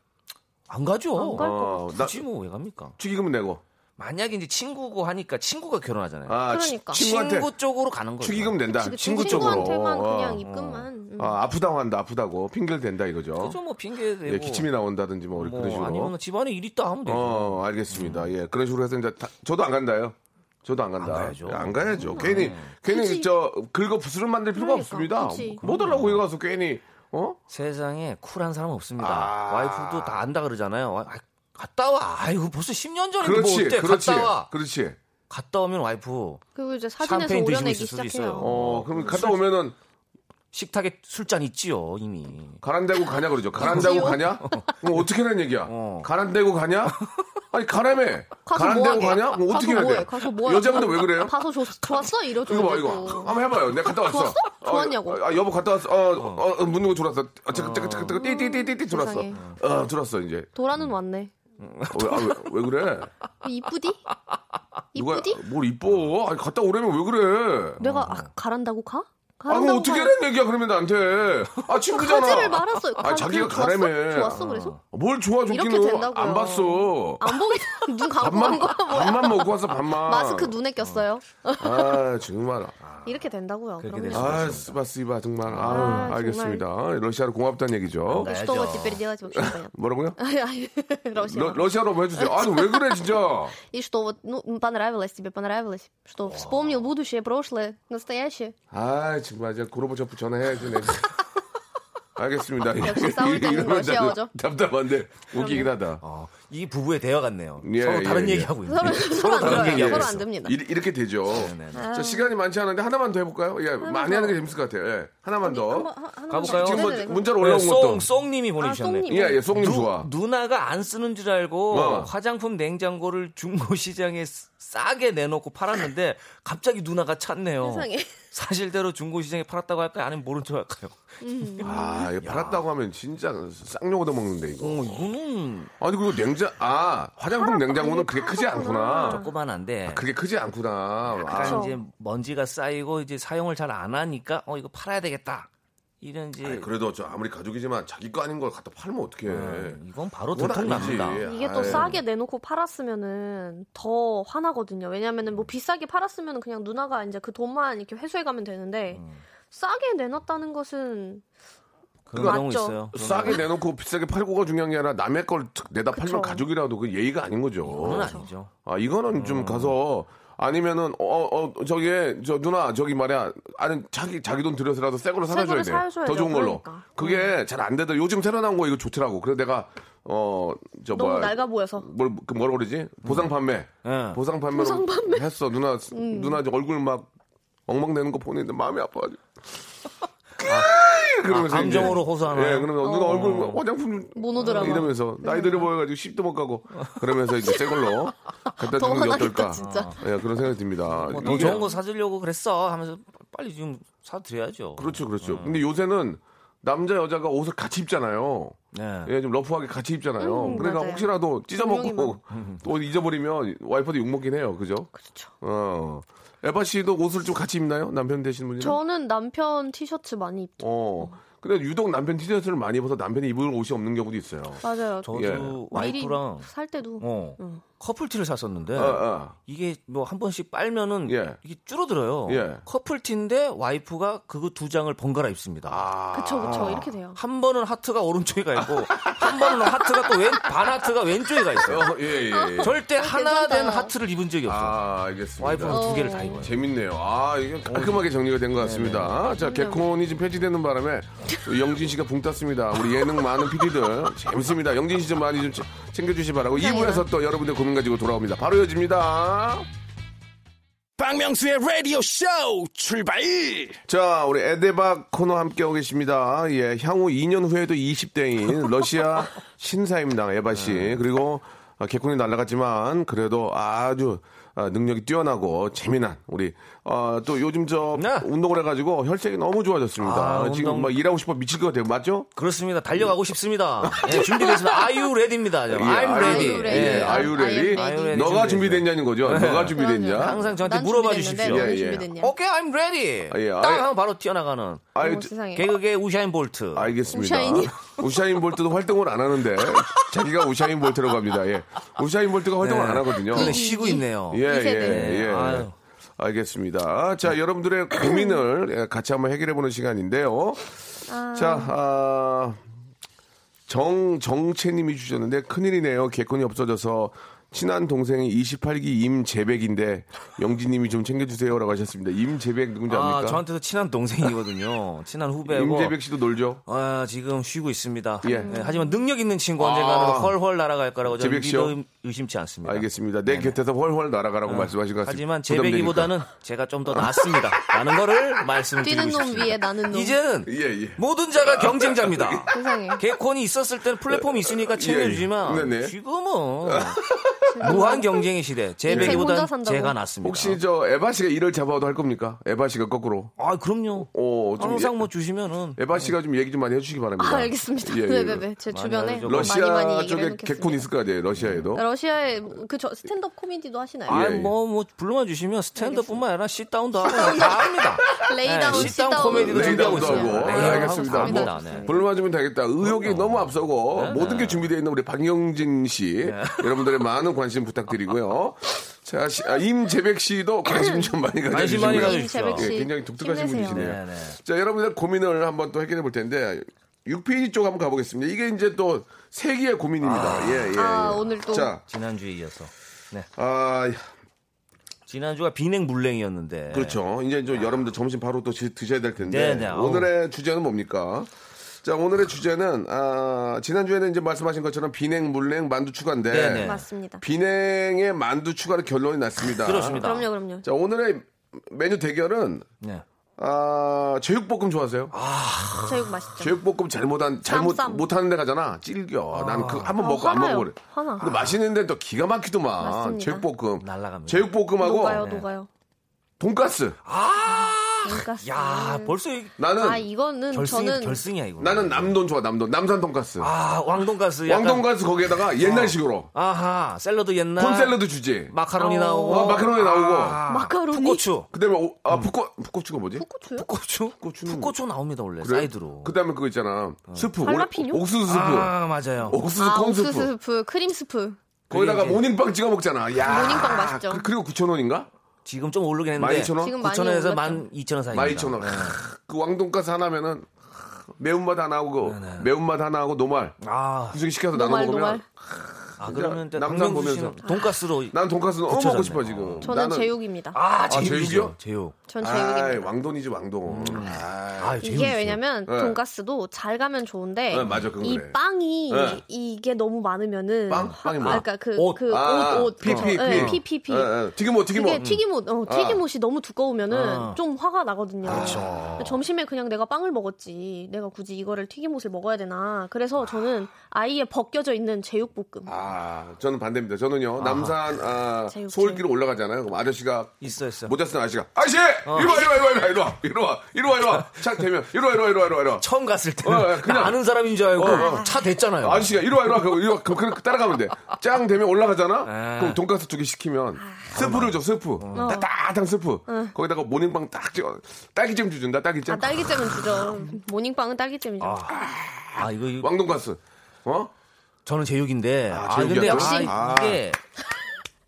S11: 안 가죠.
S10: 안갈것
S3: 어, 같아요.
S11: 굳이 뭐 왜 갑니까?
S3: 축의금은 내고.
S11: 만약에 이제 친구고 하니까 친구가 결혼하잖아요.
S3: 아,
S10: 그러니까.
S3: 치- 친구한테
S11: 친구 쪽으로 가는 거예요.
S3: 축의금 낸다.
S10: 그치, 그치.
S3: 친구 쪽으로.
S10: 친구한테만
S3: 어,
S10: 그냥
S3: 어.
S10: 입금만 음.
S3: 아, 아프다고 한다. 아프다고 핑계를 댄다 이거죠.
S11: 그죠 뭐 핑계 대고
S3: 예, 기침이 나온다든지 뭐,
S11: 뭐
S3: 그런 식으로.
S11: 아니면 집안에 일 있다 하면 되죠.
S3: 어, 알겠습니다. 예, 그런 식으로 해서 이제 다- 저도 안 간다요. 저도 안 간다.
S11: 안 가야죠. 네.
S3: 예, 안 가야죠. 괜히 괜히
S10: 그치.
S3: 저 긁어 부스럼 만들 필요가
S10: 그러니까,
S3: 없습니다.
S10: 그치.
S3: 못 하려고 거기 가서 괜히 어?
S11: 세상에 쿨한 사람 없습니다.
S3: 아.
S11: 와이프도 다 안다 그러잖아요. 와- 아, 갔다 와. 아이고 벌써 10년 전인데 뭐
S3: 그렇지,
S11: 어때?
S3: 그렇지,
S11: 갔다 와.
S3: 그렇지.
S11: 갔다 오면 와이프
S10: 그리고 이제 사진에서
S11: 샴페인 드시고
S10: 오려내기
S11: 있을 수도 있어요.
S10: 시작해요.
S3: 어, 그럼 갔다 오면은
S11: 식탁에 술잔 있지요 이미.
S3: 가란대고 가냐 그러죠. 가란대고 가냐? 그럼 어떻게 하는 얘기야? 가란대고 가냐? 아니 가라매.
S10: 가서
S3: 가란대고
S10: 뭐 하게?
S3: 가냐? 그럼 어떻게 해야
S10: 가서 뭐 해?
S3: 돼?
S10: 가서 뭐 해?
S3: 여자분들 왜 그래요?
S10: 봐서 좋, 좋았어 이러죠.
S3: 이거 봐 이거. 한번 해봐요. 내가 갔다 왔어.
S10: 좋았어? 좋았냐고.
S3: 아, 아, 여보 갔다 왔어. 어, 어, 어 묻는 거 졸았어. 아, 잠깐 잠깐 잠깐 잠깐 띠띠띠띠 졸았어.
S10: 세상에.
S3: 어 졸았어 이제.
S10: 도라는 왔네.
S3: 어, 왜, 아, 왜, 왜 그래?
S10: 이쁘디?
S3: 누가
S10: 이쁘디?
S3: 뭘 이뻐? 아니 갔다 오려면 왜 그래?
S10: 내가 아, 가란다고 가?
S3: 어. 아,
S10: 가란다고
S3: 그럼 어떻게 하는 얘기야, 그러면 나한테. 아, 친구잖아.
S10: 그 가지를 말았어요.
S3: 아, 자기가
S10: 좋았어?
S3: 가라며.
S10: 좋았어, 그래서?
S3: 뭘 좋아,
S10: 이렇게
S3: 좋기는.
S10: 된다고요.
S3: 안 봤어.
S10: 안 보게 눈 감고 간
S3: 밥만,
S10: 거야 뭐야?
S3: 밥만 먹고 왔어, 밥만.
S10: 마스크 눈에 꼈어요.
S3: 아, 정말.
S10: 이렇게 된다고요.
S11: 그렇게
S10: 그러면.
S11: 되죠.
S3: 아, 스바, 스바, 정말. 아,
S10: 아, 정말.
S3: 알겠습니다. 러시아로 고맙다는 얘기죠.
S11: 네.
S10: Что вот теперь делать вообще понятно.
S3: 뭐라고요?
S10: Ай, 러시아.
S3: 러, 러시아로 뭐 해주세요. 아니, 왜 그래, 진짜.
S10: И что вот, ну, понравилось тебе, понравилось? Что, вспомнил будущее, прошлое, настоящее?
S3: 아, 정말. 이제 고로바초프 전화해야지, 내 알겠습니다.
S10: 역시 싸울 때는
S3: 이러면
S10: 러시아어죠.
S3: 답답한데, 웃기긴 하다.
S11: 어, 이 부부의 대화 같네요.
S3: 예,
S11: 서로 다른
S3: 예, 예.
S11: 얘기하고 있는.
S10: 서로, 서로 안
S11: 다른
S10: 들어요.
S11: 얘기하고
S10: 서로 안
S11: 있어.
S10: 됩니다.
S3: 이- 이렇게 되죠. 자, 시간이 많지 않은데 하나만 더 해볼까요? 예, 많이 하는 게 재밌을 것 같아요. 예, 하나만 더.
S11: 가볼까요?
S3: 지금 뭐
S10: 네네네, 그럼.
S3: 문자로 올라온 것도.
S11: 송, 송님이 보내주셨네.
S10: 아,
S11: 요
S10: 송님.
S3: 예, 예, 송님 좋아.
S11: 누나가 안 쓰는 줄 알고
S3: 어.
S11: 화장품 냉장고를 중고시장에 쓰- 싸게 내놓고 팔았는데 갑자기 누나가
S3: 어.
S11: 찼네요.
S10: 세상에.
S11: 사실대로 중고시장에 팔았다고 할까요? 아니면 모른 척 할까요?
S10: 음.
S3: 아, 이거 팔았다고 하면 진짜 쌍욕 얻어먹는데, 이거.
S11: 이거는.
S3: 아니, 그리고 냉장, 아, 화장품 냉장고는 그게 크지 않구나.
S11: 조그만한데.
S3: 그게 크지 않구나. 아,
S11: 네. 약간 이제 먼지가 쌓이고 이제 사용을 잘 안 하니까 어 이거 팔아야 되겠다. 이런 이제
S3: 아니, 그래도 저 아무리 가족이지만 자기 거 아닌 걸 갖다 팔면 어떡해.
S11: 이건 바로
S3: 그건
S11: 들통납니다.
S3: 아니지. 예.
S10: 이게 또
S3: 아유.
S10: 싸게 내놓고 팔았으면은 더 화나거든요. 왜냐면은 뭐 비싸게 팔았으면은 그냥 누나가 이제 그 돈만 이렇게 회수해 가면 되는데
S3: 음.
S10: 싸게 내놨다는 것은
S11: 그런
S10: 맞죠.
S11: 경우 있어요.
S3: 싸게 내놓고 비싸게 팔고가 중요한 게 아니라 남의 걸 내다
S10: 그쵸.
S3: 팔면 가족이라도 그 예의가 아닌 거죠.
S11: 그건 아니죠. 어.
S3: 아 이거는 좀 가서 아니면은 어 어 저기 저 누나 저기 말이야 아니 자기 자기 돈 들여서라도 새 걸로
S10: 새
S3: 사줘야
S10: 걸로
S3: 돼.
S10: 사줘야죠.
S3: 더 좋은 걸로.
S10: 그러니까.
S3: 그게 잘 안 되더 요즘 새로 나온 거 이거 좋더라고. 그래서 내가 어 저
S10: 너무
S3: 뭐야
S10: 낡아 보여서
S3: 뭘, 그 뭐라 그러지? 보상 판매.
S11: 예.
S3: 보상 판매로
S10: 보상 판매. 음.
S3: 했어. 누나 누나 이제 얼굴 막 엉망내는 거 보는데 마음이 아파가지고. 그러면서
S11: 아, 감정으로
S3: 이제,
S11: 호소하나요?
S3: 예, 그러면 누나 얼굴 막 화장품 좀
S10: 어. 모노드라마. 네.
S3: 이러면서 나이 들어 보여가지고 씹도 못 가고 그러면서 이제 새 걸로 갖다
S10: 더
S3: 주는 게
S10: 화나겠다,
S3: 어떨까?
S10: 진짜.
S3: 예, 그런 생각이 듭니다.
S11: 뭐더
S3: 이게-
S11: 좋은 거 사주려고 그랬어 하면서 빨리 지금 사드려야죠.
S3: 그렇죠, 그렇죠.
S11: 음.
S3: 근데 요새는 남자 여자가 옷을 같이 입잖아요.
S11: 네.
S3: 예, 좀 러프하게 같이 입잖아요.
S10: 음,
S3: 그러니까
S10: 맞아요.
S3: 혹시라도 찢어먹고 또 잊어버리면 와이프도 욕먹긴 해요. 그죠?
S10: 그렇죠.
S3: 어. 에바 씨도 옷을 좀 같이 입나요? 남편 되신
S11: 네?
S3: 분이?
S10: 저는 남편 티셔츠 많이 입죠.
S3: 어. 근데 유독 남편 티셔츠를 많이 입어서 남편이 입을 옷이 없는 경우도 있어요.
S10: 맞아요.
S11: 저도
S3: 예.
S10: 미리
S11: 와이프랑
S10: 살 때도
S11: 어,
S10: 응.
S11: 커플티를 샀었는데
S3: 어, 어.
S11: 이게 뭐 한 번씩 빨면은
S3: 예.
S11: 이게 줄어들어요.
S3: 예.
S11: 커플티인데 와이프가 그거 두 장을 번갈아 입습니다.
S10: 그쵸
S11: 아,
S10: 그쵸 이렇게 돼요.
S11: 한 번은 하트가 오른쪽에 가 있고 한 번은 하트가 또 왼, 반 하트가 왼쪽에 가 있어요.
S3: 어, 예, 예, 예.
S11: 절대 하나
S10: 아, 괜찮다.
S11: 된 하트를 입은 적이 없어요.
S3: 아, 알겠습니다.
S11: 와이프는 어.
S10: 어.
S11: 두 개를 다 입어요.
S3: 재밌네요. 아, 이게 깔끔하게 정리가 된 것
S11: 네,
S3: 같습니다. 자, 개콘이 지금 폐지되는 바람에 영진 씨가 붕 떴습니다. 우리 예능 많은 PD들. 재밌습니다. 영진 씨 좀 많이 좀 챙- 챙겨주시 바라고. 2부에서 또 여러분들 고민 가지고 돌아옵니다. 바로 이어집니다.
S1: 박명수의 라디오 쇼 출발
S3: 자, 우리 에데박 코너 함께하고 계십니다. 예, 향후 2년 후에도 20대인 러시아 신사임당
S11: 네.
S3: 에바씨. 그리고 아, 개콘이 날아갔지만 그래도 아주 아, 능력이 뛰어나고 재미난 우리 어, 또 요즘 저
S11: 네.
S3: 운동을 해가지고 혈색이 너무 좋아졌습니다.
S11: 아,
S3: 지금
S11: 운동.
S3: 막 일하고 싶어 미칠 것 같아요. 맞죠?
S11: 그렇습니다. 달려가고 싶습니다. 예, 준비됐습니다. 아유 레디입니다.
S3: 예,
S11: 네, I'm ready.
S10: you ready.
S3: 예,
S11: 예.
S3: 아유 레디.
S10: I am
S11: ready. 네.
S3: 너가
S11: 준비됐어요.
S3: 준비됐냐는 거죠. 너가 준비됐냐?
S11: 항상 저한테
S10: 난
S11: 물어봐
S10: 준비됐는데
S11: 주십시오. 어,
S10: 너는
S3: 예, 예.
S10: 준비됐냐?
S11: 오케이, I'm ready.
S3: 아, 예,
S11: 딱
S3: 아, 예.
S11: 하면 바로 뛰어나가는
S3: 아유,
S10: 어머, 세상에.
S11: 개그계 우샤인 볼트.
S3: 알겠습니다.
S10: 우샤인이요?
S3: 우샤인 볼트도 활동을 안 하는데 자기가 우샤인 볼트라고 합니다. 예. 우샤인 볼트가 활동을
S11: 네.
S3: 안 하거든요.
S11: 근데 쉬고 있네요.
S3: 예,
S10: 이 세대.
S3: 예, 예.
S11: 아유.
S3: 알겠습니다. 자, 여러분들의 고민을 예, 같이 한번 해결해 보는 시간인데요. 자, 아, 정 정채님이 주셨는데 큰일이네요. 개콘이 없어져서 친한 동생이 28기 임재백인데 영진님이 좀 챙겨주세요라고 하셨습니다. 임재백 누군지
S11: 아,
S3: 압니까?
S11: 저한테도 친한 동생이거든요. 친한 후배고.
S3: 임재백 씨도 놀죠.
S11: 아, 지금 쉬고 있습니다.
S3: 예.
S11: 네, 하지만 능력 있는 친구
S3: 아.
S11: 언젠가는 훨훨 날아갈 거라고 저는
S3: 재백 씨요?
S11: 믿음 의심치 않습니다.
S3: 알겠습니다. 내 곁에서 훨훨 날아가라고 말씀하신 것 같습니다.
S11: 하지만
S3: 부담되니까.
S11: 재배기보다는 제가 좀 더 낫습니다. 라는 거를 말씀드리고
S10: 뛰는 놈
S11: 싶습니다.
S10: 위에 나는 놈.
S11: 이제는 아,
S3: 예, 예.
S11: 모든 자가 경쟁자입니다.
S10: 세상에.
S11: 개콘이 있었을 때는 플랫폼이 있으니까
S3: 예, 예.
S11: 챙겨주지만
S3: 네네.
S11: 지금은 무한 경쟁의 시대.
S10: 인생
S11: 재배기보단
S10: 예. 혼자 산다고.
S11: 제가 낫습니다.
S3: 혹시 저 에바 씨가 일을 잡아도 할 겁니까? 에바 씨가 거꾸로.
S11: 아 그럼요.
S3: 어, 좀
S11: 항상
S3: 예-
S11: 뭐 주시면은
S3: 에바 씨가 좀 얘기 좀 많이 해주시기 바랍니다.
S10: 아, 알겠습니다.
S3: 예, 예.
S10: 네네네. 제
S11: 많이
S10: 주변에
S11: 알려줘.
S3: 러시아
S10: 많이 많이 얘기를
S3: 쪽에
S10: 해놓겠습니다.
S3: 개콘 있을 거 아니에요. 러시아에도.
S10: 러시아에 그저 스탠드업 코미디도 하시나요?
S3: 예.
S11: 아뭐 뭐 불러만 주시면 스탠드업뿐만 아니라 시다운도 하고 다 합니다. 시다운
S10: 레이다운, 시다운.
S11: 네, 코미디도 준비하고
S3: 레이다운도
S11: 있어요.
S3: 하고.
S11: 레이다운
S3: 네,
S11: 하고
S3: 알겠습니다.
S11: 있습니다.
S3: 뭐
S11: 네. 어.
S3: 불러만 주면 되겠다. 의욕이 너무 앞서고
S11: 네,
S3: 모든
S11: 네.
S3: 게 준비되어 있는 우리 박영진 씨 여러분들의 많은 관심 부탁드리고요. 자 시- 아, 임재백 씨도 관심 좀 많이
S11: 관심
S3: 가져주시고요.
S11: 많이
S10: 가져주십시오.
S3: 예, 굉장히 독특하신
S10: 힘내세요.
S3: 분이시네요.
S11: 네, 네.
S3: 자 여러분들 고민을 한번 또 해결해 볼 텐데 6페이지 쪽 한번 가보겠습니다. 이게 이제 또 세기의 고민입니다. 예, 예, 예.
S10: 아, 오늘 또.
S3: 자,
S11: 지난주에 이어서. 네.
S3: 아,
S11: 지난주가 비냉 물냉이었는데.
S3: 그렇죠. 이제 좀 여러분들 점심 바로 또 지- 드셔야 될 텐데
S11: 네. 네네, 아우.
S3: 오늘의 주제는 뭡니까? 자 오늘의 주제는 아, 지난주에는 이제 말씀하신 것처럼 비냉 물냉 만두 추가인데
S11: 네네.
S10: 맞습니다.
S3: 비냉의 만두 추가로 결론이 났습니다.
S11: 그렇습니다.
S10: 그럼요, 그럼요.
S3: 자 오늘의 메뉴 대결은
S11: 네.
S3: 아, 제육볶음 좋아하세요?
S10: 제육 맛있죠.
S3: 제육볶음 잘못한 잘못
S10: 쌈, 쌈.
S3: 못하는 데 가잖아 찔겨. 난 그 한 번
S10: 어,
S3: 먹고 안
S10: 화나요.
S3: 먹고 그래.
S10: 화나.
S3: 근데 맛있는데 또 기가 막히더만.
S10: 맞습니다.
S3: 제육볶음.
S11: 날라갑니다.
S3: 제육볶음하고
S10: 녹아요,
S11: 네.
S10: 녹아요.
S3: 돈가스.
S10: 돈가스.
S11: 아! 야, 벌써 이-
S3: 나는
S10: 아 이거는
S11: 결승이
S10: 음. 저는
S11: 결승이야 이거.
S3: 나는 남돈 좋아. 남돈. 남산 돈가스.
S11: 아, 왕돈가스 약간
S3: 왕돈가스 거기에다가 옛날식으로
S11: 아하, 샐러드 옛날.
S3: 콘샐러드 주지.
S11: 마카로니 나오고. 아,
S3: 어, 마카로니 나오고.
S10: 마카로니?
S11: 풋고추.
S3: 그다음에 오- 아 북고 북고추가 뭐지?
S10: 고추요?
S11: 풋고추?
S3: 북고추는
S11: 풋고추 나옵니다, 원래.
S3: 그래?
S11: 사이드로. 어.
S3: 그다음에 그거 있잖아. 스프 올-
S10: 할라피뇨?
S3: 옥수수 스프.
S11: 아, 맞아요.
S3: 옥수수
S10: 아
S3: 콘
S10: 옥수수
S3: 스프.
S10: 스프, 크림 스프.
S3: 거기다가
S11: 이제-
S3: 모닝빵 찍어 먹잖아. 야.
S10: 모닝빵 맛있죠.
S3: 그, 리고 9,000원인가?
S11: 지금 좀 오르긴 했는데.
S3: 12,000원?
S10: 지금 많이
S11: 9,000원에서
S10: 올랐죠.
S11: 12,000원 사이입니다. 네.
S3: 12,000원. 크, 그 왕돈가스 하나면은 크, 매운맛 하나 하고
S11: 네,
S3: 매운맛 하나 하고 노말.
S11: 아,
S3: 분식 시켜서 나눠
S10: 노말
S3: 먹으면
S10: 노말.
S11: 아 그러면
S3: 진짜 남산
S11: 남성 씨는
S3: 보면서.
S11: 돈가스로
S3: 난 돈가스 너무
S11: 붙여졌네.
S3: 먹고 싶어 지금.
S10: 저는
S3: 나는-
S10: 제육입니다.
S11: 아,
S3: 제육이요?
S11: 제육이요? 제육.
S10: 전 제육입니다.
S3: 아이, 왕돈이지 왕돈. 아,
S11: 아, 제육.
S10: 이게 왜냐면
S3: 네.
S10: 돈가스도 잘 가면 좋은데
S3: 네, 맞아, 그건
S10: 이
S3: 그래.
S10: 빵이
S3: 네.
S10: 이게 너무 많으면은
S3: 빵?
S10: 화-
S3: 빵이 뭐야?
S10: 아, 그러니까
S3: 아,
S11: 옷.
S10: 그그옷옷 어, 네,
S3: 피, 피, 피.
S10: 피피피
S3: 예, 예. 튀김옷 아.
S10: 그게
S3: 튀김옷.
S10: 튀김옷 어, 튀김옷이 너무 두꺼우면은
S11: 아.
S10: 좀 화가 나거든요.
S3: 그렇죠.
S10: 점심에 그냥 내가 빵을 먹었지 내가 굳이 이거를 튀김옷을 먹어야 되나 그래서 저는 아예 벗겨져 있는 제육볶음
S3: 아, 저는 반대입니다. 저는요 남산 아,
S10: 제육,
S3: 서울길로 올라가잖아요. 그럼 아저씨가
S11: 있어 있어.
S3: 모자 쓴 아저씨가 아저씨
S11: 어.
S3: 이리 와 이리 와 이리 와 이리 와 이리 와 이리 와 이리 와 차 되면 이리 와 이리 와 이리 와 이리 와, 이리 와
S11: 처음 갔을 때는
S3: 어, 어, 그냥-
S11: 나 아는 사람인 줄 알고
S3: 어, 어.
S11: 차 됐잖아요.
S3: 아저씨가 이리 와 이리 와 그럼 이리 와 그럼 그렇게 따라가면 돼짱 되면 올라가잖아
S11: 아.
S3: 그럼 돈가스 두 개 시키면
S10: 아.
S3: 스프를 줘 스프
S11: 어.
S10: 어.
S3: 따뜻한 스프 거기다가 모닝빵 딱 찍어 딸기잼 주준다
S10: 아
S3: 딸기잼
S10: 딸기잼은 주죠 모닝빵은 딸기잼이죠
S11: 아, 이거, 이거
S3: 왕돈가스 어
S11: 저는 제육인데.
S3: 아,
S11: 아,
S3: 제육이야,
S11: 근데
S3: 역시.
S11: 역시
S3: 아.
S11: 이게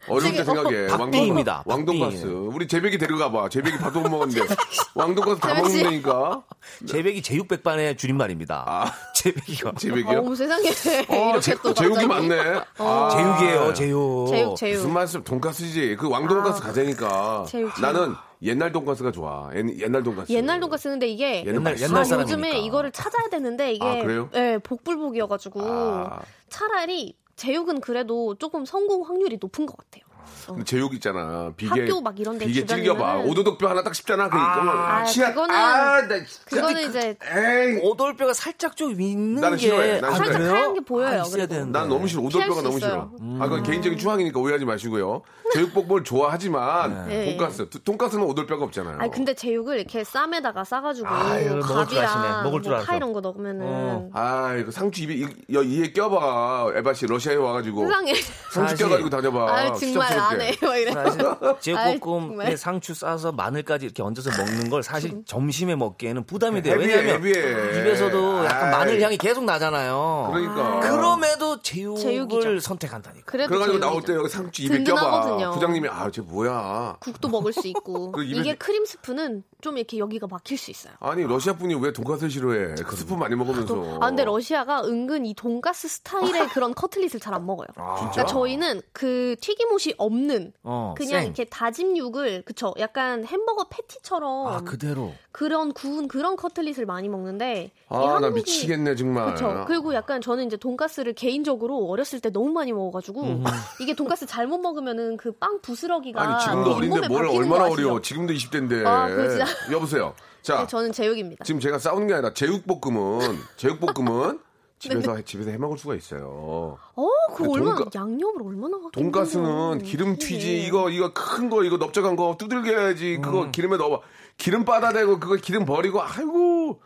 S3: 어려울 때 생각해.
S11: 어, 박빙입니다.
S3: 왕돈가- 왕돈가스. 우리 재백이 데려가 봐. 재백이 밥도 못 먹었는데. 왕돈가스 다
S10: 재백 씨.
S3: 먹는다니까.
S11: 제백이 제육백반의 줄임말입니다.
S3: 아.
S11: 제백이가
S3: 재백이요?
S10: 어우 세상에
S3: 어,
S10: 이렇게
S3: 제,
S10: 또 어.
S3: 제육이
S10: 갑자기.
S3: 많네. 아,
S11: 제육이에요, 제육.
S10: 제육 제육
S3: 무슨 말씀? 돈가스지. 그
S10: 아.
S3: 왕돈가스 가자니까.
S10: 제육, 제육.
S3: 나는 옛날 돈가스가 좋아. 옛, 옛날 돈가스.
S10: 옛날 돈가스 쓰는데 이게
S3: 옛날
S11: 옛날
S3: 맛있어.
S11: 옛날
S10: 아,
S11: 사람이니까.
S10: 요즘에 이거를 찾아야 되는데 이게
S3: 아, 그래요?
S10: 예, 복불복이어가지고
S3: 아.
S10: 차라리 제육은 그래도 조금 성공 확률이 높은 것 같아요.
S3: 근데 제육 있잖아. 비계.
S10: 어. 학교 막 이런 데
S3: 비계
S10: 주변이면은.
S3: 찔겨봐. 오도독뼈 하나 딱 씹잖아. 그러니까.
S10: 아,
S3: 치아-
S10: 그거는-
S3: 아, 나 진짜.
S10: 그거는 이제
S3: 어. 에이.
S11: 오돌뼈가 살짝 좀 있는
S3: 나는
S11: 게
S3: 싫어해. 나는
S11: 아,
S3: 싫어해.
S11: 그래요?
S10: 하얀 게 보여요,
S11: 아, 있어야
S10: 그래도.
S11: 되는데.
S3: 난 너무 싫어. 오돌뼈가
S10: 피할 수
S3: 너무 싫어.
S10: 있어요. 음.
S3: 아, 그건 개인적인 추앙이니까 오해하지 마시고요. 제육볶음을 좋아하지만
S10: 네.
S3: 돈가스, 두- 돈가스는 오돌뼈가 없잖아요.
S10: 아 근데 제육을 이렇게 쌈에다가 싸가지고
S11: 아, 이거 먹을 줄 아시네.
S10: 밥이랑
S11: 먹을 줄
S10: 뭐
S11: 알죠.
S10: 파 이런 거 넣으면은
S3: 아, 이거 상추 입에 이- 여- 이에 껴봐. 에바 씨 러시아에 와가지고
S10: 세상에
S3: 상추
S11: 사실-
S3: 껴가지고 다녀봐.
S10: 아유 정말
S3: 추잡스럽게. 아,
S10: 안해 막 이래.
S11: 사실
S10: 아이,
S11: 제육볶음에
S10: 정말.
S11: 상추 싸서 마늘까지 이렇게 얹어서 먹는 걸 사실 점심에 먹기에는 부담이 돼요.
S3: 헤비해,
S11: 왜냐하면
S3: 헤비해.
S11: 입에서도 약간
S3: 아이.
S11: 마늘 향이 계속 나잖아요.
S3: 그러니까.
S11: 럼에도 제육을
S10: 제육이죠.
S11: 선택한다니까.
S10: 그래도
S3: 그래가지고
S10: 제육이죠.
S3: 나올 때 여기 상추 입에 껴봐.
S10: 든든하거든요.
S3: 부장님이 아, 쟤 뭐야?
S10: 국도 먹을 수 있고
S3: 그 입에-
S10: 이게 크림 스프는 좀 이렇게 여기가 막힐 수 있어요.
S3: 아니 러시아 분이 왜 돈가스 싫어해? 그 스프 많이
S11: 어.
S3: 먹으면서.
S10: 아 근데 러시아가 은근 이 돈가스
S11: 아.
S10: 스타일의 그런 커틀릿을 잘 안 먹어요. 그러니까 저희는 그 튀김옷이 없는
S11: 어,
S10: 그냥
S11: 생.
S10: 이렇게 다진 육을 그쵸 약간 햄버거 패티처럼
S11: 아 그대로.
S10: 그런 구운 그런 커틀릿을 많이 먹는데 이
S3: 아, 나
S10: 한국이
S3: 미치겠네 정말.
S10: 그쵸 그리고 약간 저는 이제 돈가스를 개인적으로 어렸을 때 너무 많이 먹어가지고 이게 돈가스 잘못 먹으면은 그 빵 부스러기가
S3: 음. 아니 지금도
S10: 이
S3: 어린데
S10: 몸에
S3: 뭘
S10: 박히는 거
S3: 얼마나
S10: 아시죠?
S3: 어려워? 지금도 20대인데.
S10: 아, 그거 진짜.
S3: 여보세요. 자,
S10: 네, 저는 제육입니다.
S3: 지금 제가 싸우는 게 아니라 제육볶음은 제육볶음은 집에서
S10: 네.
S3: 집에서 해 먹을 수가 있어요.
S10: 어, 그
S3: 근데
S10: 얼마나
S3: 돈가-
S10: 양념을 얼마나 하기
S3: 돈가스는
S10: 힘들어요.
S3: 기름 튀지
S10: 이게.
S3: 이거 이거 큰 거 이거 넓적한 거 두들겨야지
S10: 음.
S3: 그거 기름에 넣어봐 기름 빠다대고 그거 기름 버리고 아이고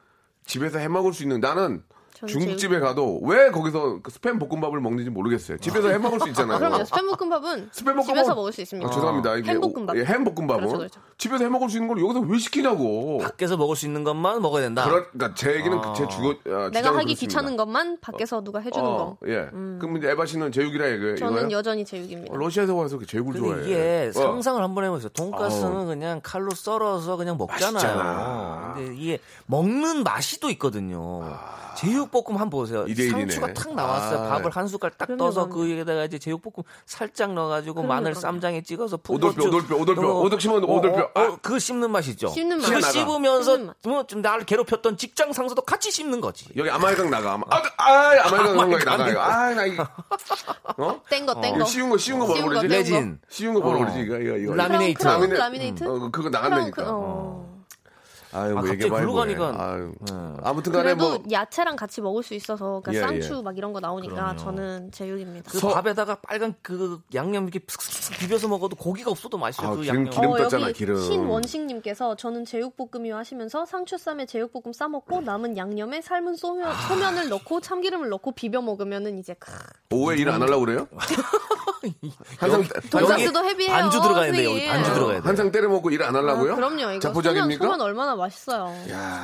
S3: 집에서 해 먹을 수 있는 나는
S10: 저는
S3: 중국집에 가도 왜 거기서 그 스팸 볶음밥을 먹는지 모르겠어요 집에서 해 먹을 수 있잖아요.
S10: 아, 그럼요. 스팸 볶음밥은
S3: 스팸 볶음밥
S10: 집에서 먹을 수 있습니다.
S3: 아, 죄송합니다. 이게
S10: 햄볶음밥.
S3: 오- 예, 햄볶음밥은
S10: 어, 그렇죠, 그렇죠.
S3: 집에서 해 먹을 수 있는 걸 여기서 왜 시키냐고.
S11: 밖에서 먹을 수 있는 것만 먹어야 된다.
S3: 그러- 그러니까 제 얘기는 그- 제 주거 아,
S10: 내가
S3: 주장은
S10: 하기
S3: 그렇습니다.
S10: 귀찮은 것만 밖에서 누가 해주는
S3: 어,
S10: 거. 음.
S3: 예. 그럼 이제 에바 씨는 제육이라 이거
S10: 저는
S3: 이거요?
S10: 여전히 제육입니다.
S3: 어, 러시아에서 와서 그 제육을
S11: 근데
S3: 좋아해.
S11: 이게
S3: 어.
S11: 상상을 한번 해보세요. 돈가스는 그냥 칼로 썰어서 그냥 먹잖아요.
S3: 맛있잖아.
S11: 근데 이게 먹는 맛이 또 있거든요. 제육볶음 한번 보세요.
S3: 아. 이대 일이네.
S11: 상추가 탁 나왔어요.
S3: 아.
S11: 밥을 한 숟갈 딱
S10: 그럼요,
S11: 떠서
S10: 그럼요.
S11: 그 위에다가 이제 제육볶음 살짝 넣어가지고 마늘
S10: 그럼요.
S11: 쌈장에 찍어서 푹
S3: 오돌뼈,
S11: 얹어-
S3: 오돌뼈, 오돌뼈. 오돌 씹으면 오돌뼈.
S11: 어, 어,
S3: 아.
S11: 그 씹는 맛이죠.
S10: 씹는 맛.
S11: 그
S3: 나가.
S11: 씹으면서
S10: 씹는 맛.
S11: 뭐 좀 나를 괴롭혔던 직장 상사도 같이 씹는 거지.
S3: 여기 아마이강 나가. 아마, 아, 아, 아마이강 생각이
S11: 아마이강
S3: 나가. 이거. 아, 나 이거.
S10: 땡거 땡거.
S3: 이거 쉬운 거, 쉬운 거 뭐라
S10: 어. 쉬운 거,
S3: 그러지?
S10: 매운 거.
S11: 레진.
S3: 쉬운 거 뭐라
S11: 어.
S3: 그러지? 이거, 이거, 이거.
S11: 라미네이트.
S10: 크라운,
S3: 라미네-
S10: 크라운, 라미네이트.
S3: 어, 그거
S10: 크라운, 크-
S3: 나간다니까.
S10: 어.
S3: 아유,
S11: 아,
S3: 뭐
S11: 갑자기
S3: 얘기해봐야
S11: 글로
S3: 뭐해.
S11: 가니까.
S3: 아유. 아무튼 간에
S10: 음. 그래도
S3: 뭐.
S10: 야채랑 같이 먹을 수 있어서 그러니까
S3: 예,
S10: 쌍추
S3: 예.
S10: 막 이런 거 나오니까
S3: 그럼요.
S10: 저는 제육입니다. 어,
S11: 그 밥에다가 빨간 그 양념 이렇게 슥슥 비벼서 먹어도 고기가 없어도 맛있어요.
S3: 아,
S11: 그
S3: 기름-
S11: 양념.
S3: 기름
S10: 어,
S3: 떴잖아,
S10: 여기
S3: 기름.
S10: 신원식님께서 저는 제육볶음이요 하시면서 상추쌈에 제육볶음 싸 먹고 남은 양념에 삶은 소면,
S3: 아.
S10: 소면을 넣고 참기름을 넣고 비벼 먹으면은 이제 크.
S3: 오후에 일 안 하려고 그래요? 항상
S10: 돈가스도 헤비해요.
S11: 안주 들어가야 돼요.
S10: 선생님.
S11: 안주 아, 들어가야 돼요.
S3: 항상 때려 먹고 일 안 하려고요?
S10: 아, 그럼요. 이거 소면,
S3: 자포자기입니까?
S10: 소면 얼마나 맛있어요.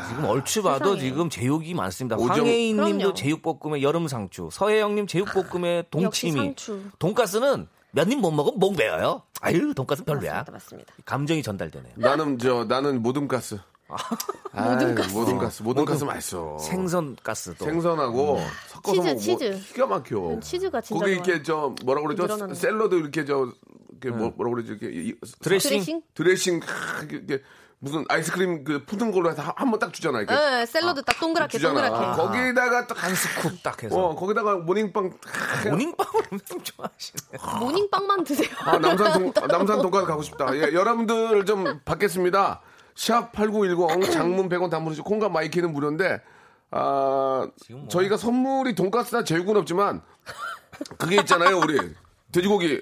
S11: 지금 얼추 봐도
S10: 세상에.
S11: 지금 제육이 많습니다.
S3: 오정-
S10: 그럼요. 아,
S11: 황혜인님도 제육볶음에 여름 상추, 서혜영님 제육볶음에
S10: 역시
S11: 동치미,
S10: 상추.
S11: 돈가스는 몇 입 못 먹으면 목 매어요. 아유 돈가스 별로야.
S10: 맞습니다. 맞습니다.
S11: 감정이 전달되네요.
S3: 나는 저 나는 모둠가스. 아유,
S10: 모둠가스.
S3: 모둠가스. 모둠가스 맛있어.
S11: 생선 음. 가스도.
S3: 생선하고 섞어서
S10: 치즈,
S3: 먹으면
S10: 치즈.
S3: 기가 막혀.
S10: 치즈가 진짜
S3: 거기
S10: 좋아요.
S3: 이렇게 저 뭐라 그러죠?
S10: 부드러워요.
S3: 샐러드 이렇게 저 이렇게 뭐, 뭐라 그러죠? 이렇게 이-
S11: 음. 드레싱.
S10: 드레싱?
S3: 드레싱 크, 이렇게- 이렇게 무슨 아이스크림 그 푸는 걸로 해서 한 번 딱 주잖아. 이렇게
S10: 예, 샐러드 딱 동그랗게
S3: 주잖아.
S10: 동그랗게.
S3: 거기다가 또 간-
S11: 한 스쿱 딱 해서.
S3: 어, 거기다가 모닝빵 탁 해.
S11: 모닝빵을 엄청 좋아하시네.
S10: 모닝빵만 드세요.
S3: 아, 남산 동, 아, 남산 돈가스 가고 싶다. 예, 여러분들 좀 받겠습니다. 샵8910 장문 100원 담으시고 콩과 마이키는 무료인데 아, 저희가 선물이 돈가스나 제육은 없지만 그게 있잖아요, 우리. 돼지고기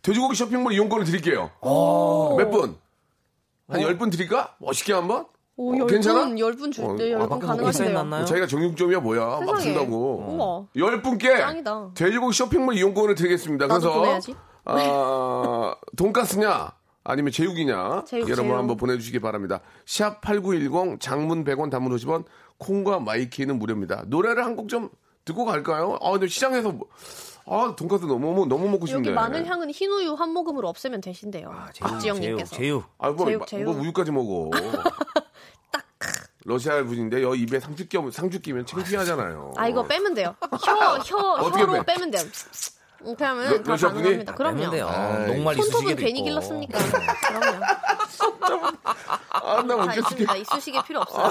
S3: 돼지고기 쇼핑몰 이용권을 드릴게요.
S10: 어.
S3: 몇 분? 한 10분 드릴까? 멋있게 한번?
S10: 오,
S3: 어,
S10: 열
S3: 괜찮아?
S10: 분, 열분 줄 때
S3: 어,
S10: 열
S3: 아,
S11: 밖에서
S10: 분
S11: 먹고 있어야
S10: 가능하신데요.
S11: 했나? 나요?
S3: 자기가 정육점이야 뭐야 막
S10: 세상에.
S3: 준다고
S10: 우와.
S3: 열 분께
S10: 짱이다.
S3: 돼지고기 쇼핑몰 이용권을 드리겠습니다.
S10: 나도
S3: 그래서
S10: 보내야지.
S3: 아, 돈가스냐 아니면 제육이냐
S10: 제육,
S3: 여러분
S10: 제육.
S3: 한번 보내주시기 바랍니다. 샵 #8910 장문 100원, 단문 50원 콩과 마이키는 무료입니다. 노래를 한 곡 좀 듣고 갈까요? 아 근데 시장에서 뭐- 아 돈가스 너무 너무 먹고 싶네.
S10: 여기 마늘 향은 흰우유 한 모금으로 없애면 되신대요.
S3: 아,
S11: 제육,
S10: 박지영님께서.
S11: 제육.
S3: 아뭐
S10: 제육, 제육.
S3: 우유까지 먹어. 러시아 분인데 여 입에 상주 끼면 상주 끼면 창피하잖아요.
S10: 아 이거 빼면 돼요. 혀, 혀,
S3: 어떻게
S10: 혀로
S3: 빼?
S10: 빼면 돼요. 음,
S3: 러-
S10: 그러면 다
S3: 러시아 분이?
S10: 가능합니다.
S11: 되는데요.
S10: 그럼요.
S11: 녹말
S10: 손톱은
S11: 이쑤시개도
S10: 괜히
S11: 있고.
S10: 길렀습니까? 그럼요.
S3: 네. 아나 아.
S10: 다
S3: 웃겨 죽겠.
S10: 있습니다. 이쑤시개 필요 없어요.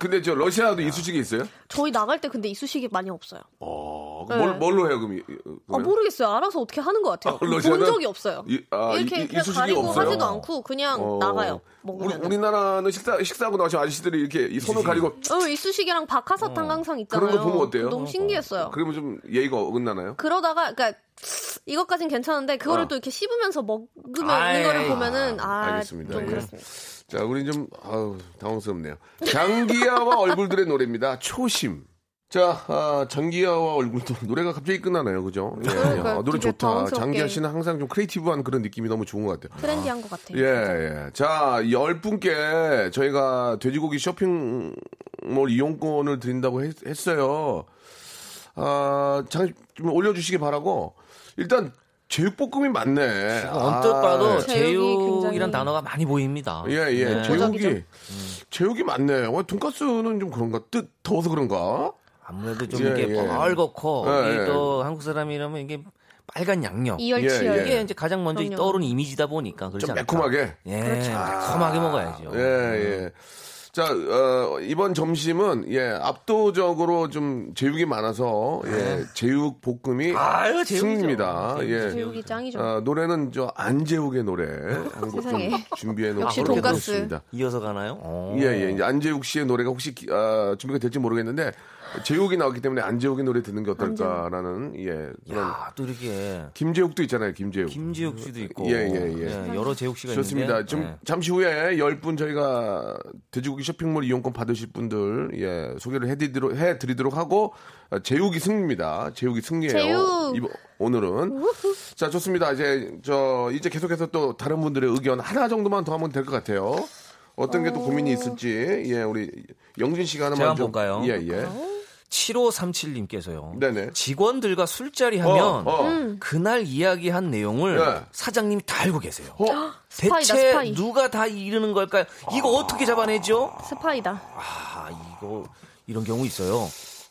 S3: 근데 저 러시아도 이쑤시개 있어요?
S10: 저희 나갈 때 근데 이쑤시개 많이 없어요.
S3: 어,
S10: 네.
S3: 뭘, 뭘로 해요, 그럼? 이- 이-
S10: 아,
S3: 그러면?
S10: 모르겠어요. 알아서 어떻게 하는 것 같아요.
S3: 아, 러시아는
S10: 본 적이 없어요.
S3: 이- 아,
S10: 이렇게
S3: 이- 이-
S10: 그냥
S3: 이쑤시개
S10: 가리고
S3: 없어요?
S10: 하지도 않고 그냥
S3: 어.
S10: 나가요.
S3: 우리,
S10: 먹으면.
S3: 우리나라는 식사, 식사하고 나서 아저씨들이 이렇게 이 손을 가리고
S10: 어, 이쑤시개랑 박하사탕 항상 있잖아요.
S3: 어. 그런 거 보면 어때요?
S10: 너무 신기했어요.
S3: 그러면 좀 예의가 어긋나나요?
S10: 그러다가 그러니까 이것까진 괜찮은데 그거를
S3: 어.
S10: 또 이렇게 씹으면서 먹으면
S11: 아이,
S10: 있는 거를 보면은 아, 좀
S3: 알겠습니다. 예.
S10: 그렇습니다.
S3: 자, 우린 좀, 아우, 당황스럽네요. 장기야와 얼굴들의 노래입니다. 초심. 자, 아, 장기야와 얼굴들. 노래가 갑자기 끝나네요, 그죠? 예, 예.
S10: 그러니까요.
S3: 아, 노래
S10: 되게
S3: 좋다.
S10: 당황스럽게.
S3: 장기야 씨는 항상 좀 크리에이티브한 그런 느낌이 너무 좋은 것 같아요.
S10: 트렌디한 것 같아요.
S3: 예, 예. 자, 열 분께 저희가 돼지고기 쇼핑몰 이용권을 드린다고 했, 어요 아, 잠시 좀 올려주시기 바라고. 일단, 제육볶음이 많네.
S11: 언뜻
S3: 아,
S11: 봐도
S10: 제육이
S11: 제육이란
S10: 굉장히-
S11: 단어가 많이 보입니다.
S3: 예, 예.
S11: 네. 음.
S3: 제육이,
S10: 보적이죠.
S3: 제육이 많네. 와, 돈가스는 좀 그런가? 뜨, 더워서 그런가?
S11: 아무래도 좀
S3: 예,
S11: 이렇게
S3: 예.
S11: 벌겋고
S3: 예,
S11: 이게
S3: 예.
S11: 또 한국 사람이라면 이게 빨간 양념
S10: 이열치열.
S3: 예, 예.
S11: 이게 이제 가장 먼저
S10: 그럼요. 그렇죠.
S11: 떠오르는 이미지다 보니까 그렇지
S3: 좀
S11: 않을까? 음.
S3: 매콤하게.
S11: 예, 매콤하게 먹어야죠.
S3: 예, 예. 자, 어, 이번 점심은, 예, 압도적으로 좀 제육이 많아서, 예, 제육볶음이
S11: 네. 아유, 제육이죠.
S3: 승리입니다. 예.
S10: 제육이 짱이죠.
S3: 아, 노래는 저 안재욱의 노래 한곡좀
S10: 세상에.
S3: 준비해 놓고
S10: 역시
S3: 그렇게
S10: 돈가스.
S3: 해놓습니다.
S11: 이어서 가나요? 어.
S3: 예, 예. 이제 안재욱 씨의 노래가 혹시 기- 아, 준비가 될지 모르겠는데 재욱이 나왔기 때문에 안재욱의 노래 듣는 게 어떨까라는 예. 그런
S11: 야, 또 이렇게
S3: 김재욱도 있잖아요, 김재욱.
S11: 김지욱 씨도 있고 네,
S3: 예, 예, 예.
S11: 여러 제욱 씨가
S3: 좋습니다.
S11: 있는데
S3: 좀
S11: 예.
S3: 잠시 후에 열 분 저희가 돼지고기 쇼핑몰 이용권 받으실 분들 예, 소개를 해드리도록 해드리도록 하고 어, 제육이 승리입니다. 제육이 승리예요.
S10: 제육.
S3: 이번- 오늘은 자 좋습니다. 이제 저 이제 계속해서 또 다른 분들의 의견 하나 정도만 더 하면 될 것 같아요. 어떤 게 또 고민이 있을지 예 우리 영진 씨가 하나만
S11: 제가
S3: 좀
S11: 볼까요?
S3: 예 예.
S11: 7537님께서요.
S3: 네네.
S11: 직원들과 술자리
S3: 어,
S11: 하면
S3: 어.
S10: 음,
S11: 그날 이야기한 내용을
S3: 예.
S11: 사장님이 다 알고 계세요.
S3: 어,
S11: 대체
S10: 스파이다, 스파이.
S11: 누가 다 이르는 걸까요? 이거
S3: 아.
S11: 어떻게 잡아내죠?
S10: 스파이다.
S11: 아, 이거 이런 경우 있어요.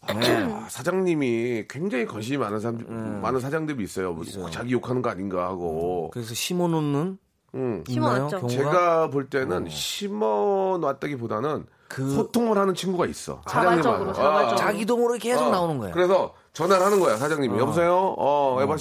S3: 아, 사장님이 굉장히 관심이 많은 사람
S11: 음.
S3: 많은 사장들이 있어요. 뭐 자기 욕하는 거 아닌가 하고.
S11: 그래서 심어놓는
S3: 음.
S11: 있나요?
S10: 심어놨죠.
S11: 경우가?
S3: 제가 볼 때는 심어놨다기보다는
S11: 그-
S3: 소통을 하는 친구가 있어. 사장님하고.
S10: 자발적으로, 자발적으로.
S11: 자기도 모르게 계속
S3: 어,
S11: 나오는 거예요.
S3: 그래서 전화를 하는 거야 사장님이 여보세요 어 에바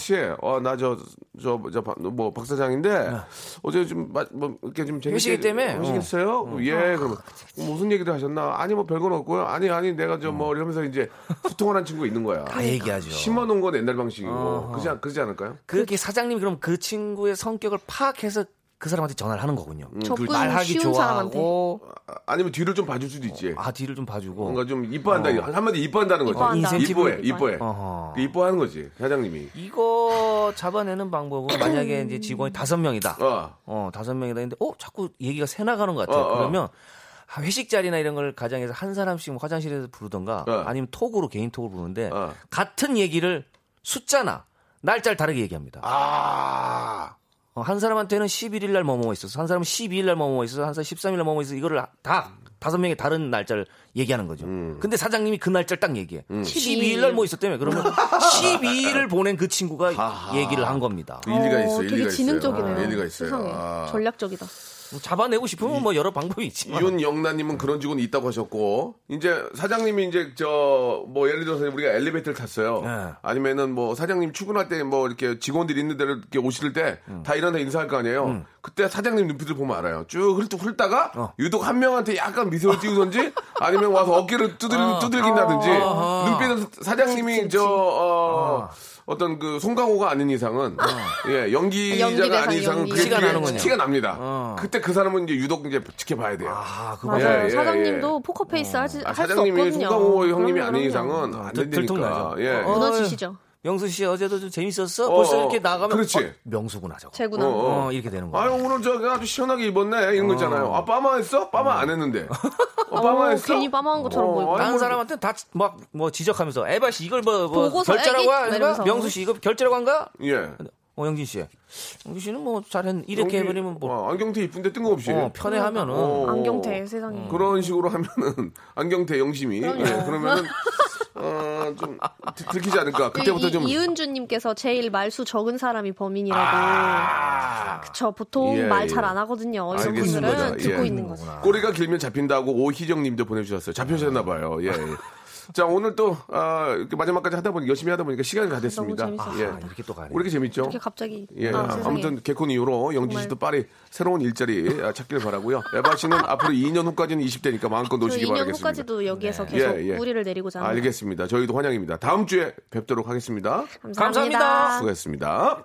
S3: 씨어나저저저뭐 박사장인데 어제 좀뭐 이렇게 좀 재밌게
S11: 회식이 네. 때문에?
S3: 회식했어요 예 그럼 무슨 얘기도 하셨나 아니 뭐 별건 없고요 아니 아니 내가 저 뭐 이러면서 이제 소통을 한 친구가 있는 거야
S11: 어. 다 얘기하죠.
S3: 심어놓은 건 옛날 방식이고 그지 않- 그러지 않을까요?
S11: 그렇게 사장님이 그럼 그 친구의 성격을 파악해서 그 사람한테 전화를 하는 거군요.
S3: 음.
S10: 접근
S11: 말하기
S10: 쉬운 사람한테.
S11: 좋아하고
S3: 아니면 뒤를 좀 봐줄 수도 있지.
S11: 아 뒤를 좀 봐주고
S3: 뭔가 좀 이뻐한다.
S11: 어.
S3: 한마디 이뻐한다는 거지.
S10: 이뻐한다.
S3: 이뻐해,
S10: 인센티브를
S3: 이뻐해.
S11: 어허.
S3: 그 이뻐하는 거지 사장님이.
S11: 이거 잡아내는 방법은 만약에 이제 직원이 다섯 명이다.
S3: 어.
S11: 어 다섯 명이다 했는데 어 자꾸 얘기가 새 나가는 것 같아요.
S3: 어, 어.
S11: 그러면 아, 회식 자리나 이런 걸 가정에서 한 사람씩 뭐 화장실에서 부르던가
S3: 어.
S11: 아니면 톡으로 개인 톡으로 부르는데
S3: 어.
S11: 같은 얘기를 숫자나 날짜를 다르게 얘기합니다.
S3: 아.
S11: 어, 한 사람한테는 11일 날 뭐뭐 있어서 한 사람은 12일 날 뭐뭐 있어서 한 사람 13일 날 뭐뭐 있어서 이거를 다 다섯 명이 다른 날짜를 얘기하는 거죠.
S3: 음.
S11: 근데 사장님이 그 날짜를 딱 얘기해. 12일 날 뭐 있었다며. 그러면 12일을 보낸 그 친구가 얘기를 한 겁니다.
S3: 그 일리가 있어.
S10: 어,
S3: 일리가
S10: 되게
S3: 있어요.
S10: 지능적이네요.
S3: 아, 일리가 있어요.
S10: 세상에.
S3: 아.
S10: 전략적이다.
S11: 뭐 잡아내고 싶으면 뭐 여러 방법이 있지만
S3: 윤영란님은 그런 직원 이 있다고 하셨고 이제 사장님이 이제 저 뭐 예를 들어서 우리가 엘리베이터를 탔어요.
S11: 네.
S3: 아니면은 뭐 사장님 출근할 때 뭐 이렇게 직원들이 있는 데로 이렇게 오실 때 다
S11: 음.
S3: 일어나 인사할 거 아니에요. 그때 사장님 눈빛을 보면 알아요. 쭉 훑, 훑다가
S11: 어.
S3: 유독 한 명한테 약간 미소를 띄우던지 아니면 와서 어깨를 두들 두들긴다든지
S11: 어,
S3: 눈빛은 사장님이 저 어, 떤 그 송강호가 아닌 이상은 예 연기자가
S10: 연기대상,
S3: 아닌 이상은
S10: 연기.
S3: 그게
S11: 티가
S3: 뒤에
S11: 어. 나는군요. 어.
S3: 티가 납니다. 그때 그 사람은 이제 유독 이제 지켜봐야 돼요.
S11: 아, 그
S10: 맞아요.
S3: 예, 예,
S10: 사장님도 포커페이스 하지
S3: 아,
S10: 할 수
S3: 사장님이
S10: 없거든요.
S3: 송강호 형님이
S10: 그럼요,
S3: 아닌
S10: 그럼요.
S3: 이상은 안
S11: 들-
S3: 된다니까.
S11: 들통나죠.
S3: 예.
S11: 어,
S10: 무너지시죠.
S11: 명수 씨 어제도 좀 재밌었어?
S3: 어,
S11: 벌써
S3: 어.
S11: 이렇게 나가면
S3: 그렇지.
S11: 어, 명수구나 저거.
S10: 재구나.
S3: 어, 어.
S11: 어, 이렇게 되는
S3: 아유
S11: 거예요.
S3: 오늘 저 아주 시원하게 입었네 이런 거 있잖아요. 아 빠마 했어? 빠마 안 했는데. 어, 빠마
S10: 어,
S3: 했어?
S10: 괜히 빠마한 것처럼 보이고.
S3: 아니,
S11: 다른
S3: 뭐,
S11: 사람한테 다 막 뭐 지적하면서 에바 씨 이걸 뭐, 뭐
S10: 보고서
S11: 결제라고
S10: 애기-
S11: 한 거야?
S10: 이러면서.
S11: 명수 씨 이거 결제라고 한 거야?
S3: 예.
S11: 어, 영진 씨. 영진 씨는 뭐 잘했, 이렇게
S3: 여기,
S11: 해버리면
S5: 아,
S11: 뭐,
S3: 어, 안경테 이쁜데 뜬금없이.
S11: 어, 편해하면은.
S3: 어.
S10: 안경태 세상에.
S3: 그런 식으로 하면은 안경테 영심이. 예, 그러면은 어, 좀 들- 들키지 않을까. 그때부터
S10: 네, 이-
S3: 좀.
S10: 이은주님께서 제일 말수 적은 사람이 범인이라고.
S3: 아.
S10: 저 보통
S3: 예,
S10: 말
S3: 예.
S10: 잘 안 하거든요. 이런
S3: 알겠습니다.
S10: 분들은 듣고
S3: 예.
S10: 아, 있는 거죠.
S3: 꼬리가 길면 잡힌다고 오희정님도 보내주셨어요. 잡혀셨나봐요. 예. 예. 자 오늘 또 아, 이렇게 마지막까지 하다 보니 열심히 하다 보니까 시간이 다 됐습니다.
S10: 너무 재밌었어요.
S3: 예.
S11: 아, 이렇게 또 가네.
S3: 우리 이렇게 재밌죠?
S10: 이렇게 갑자기
S3: 예,
S10: 아,
S3: 아,
S10: 세상에.
S3: 무튼 개콘 이후로 영진 씨도 빨리 새로운 일자리 아, 찾길 바라고요. 에바 씨는 앞으로 2년 후까지는 20대니까 마음껏
S10: 저
S3: 노시기
S10: 2년
S3: 바라겠습니다.
S10: 후까지도 여기에서
S3: 예,
S10: 계속
S3: 예.
S10: 뿌리를 내리고자 합니다.
S3: 알겠습니다. 저희도 환영입니다. 다음 주에 뵙도록 하겠습니다.
S10: 감사합니다.
S11: 감사합니다.
S3: 수고했습니다.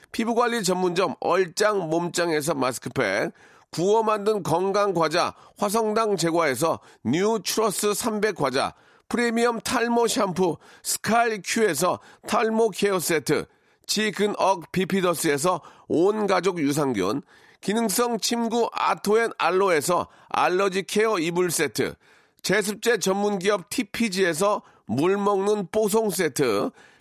S3: 피부관리 전문점 얼짱 몸짱에서 마스크팩, 구워 만든 건강 과자 화성당 제과에서 뉴 추러스 300 과자, 프리미엄 탈모 샴푸 스칼 큐에서 탈모 케어 세트, 지근억 비피더스에서 온 가족 유산균, 기능성 침구 아토앤 알로에서 알러지 케어 이불 세트, 제습제 전문 기업 TPG에서 물 먹는 뽀송 세트,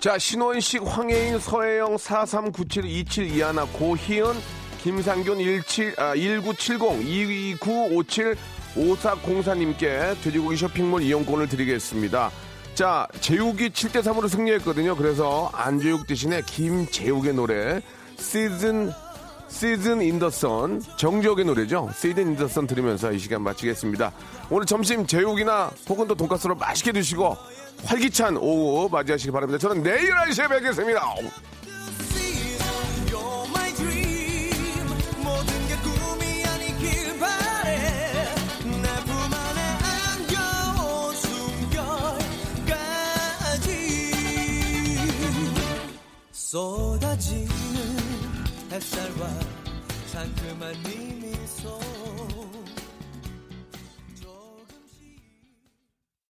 S3: 자, 신원식, 황혜인, 서혜영, 4397-2721, 고희은, 김상균, 17, 아, 1970, 2957, 5404님께 돼지고기 쇼핑몰 이용권을 드리겠습니다. 자, 재욱이 7대3으로 승리했거든요. 그래서 안재욱 대신에 김재욱의 노래, 시즌, 시즌 인더선, 정재욱의 노래죠. 시즌 인더선 들으면서 이 시간 마치겠습니다. 오늘 점심 제육이나 혹은 또 돈가스로 맛있게 드시고 활기찬 오후 맞이하시기 바랍니다. 저는 내일 1시에 뵙겠습니다.
S12: You're my dream 모든 게 꿈이 아니길 바래 나 품 안에 안겨온 순간까지 쏟아지는 햇살과 상큼한 이미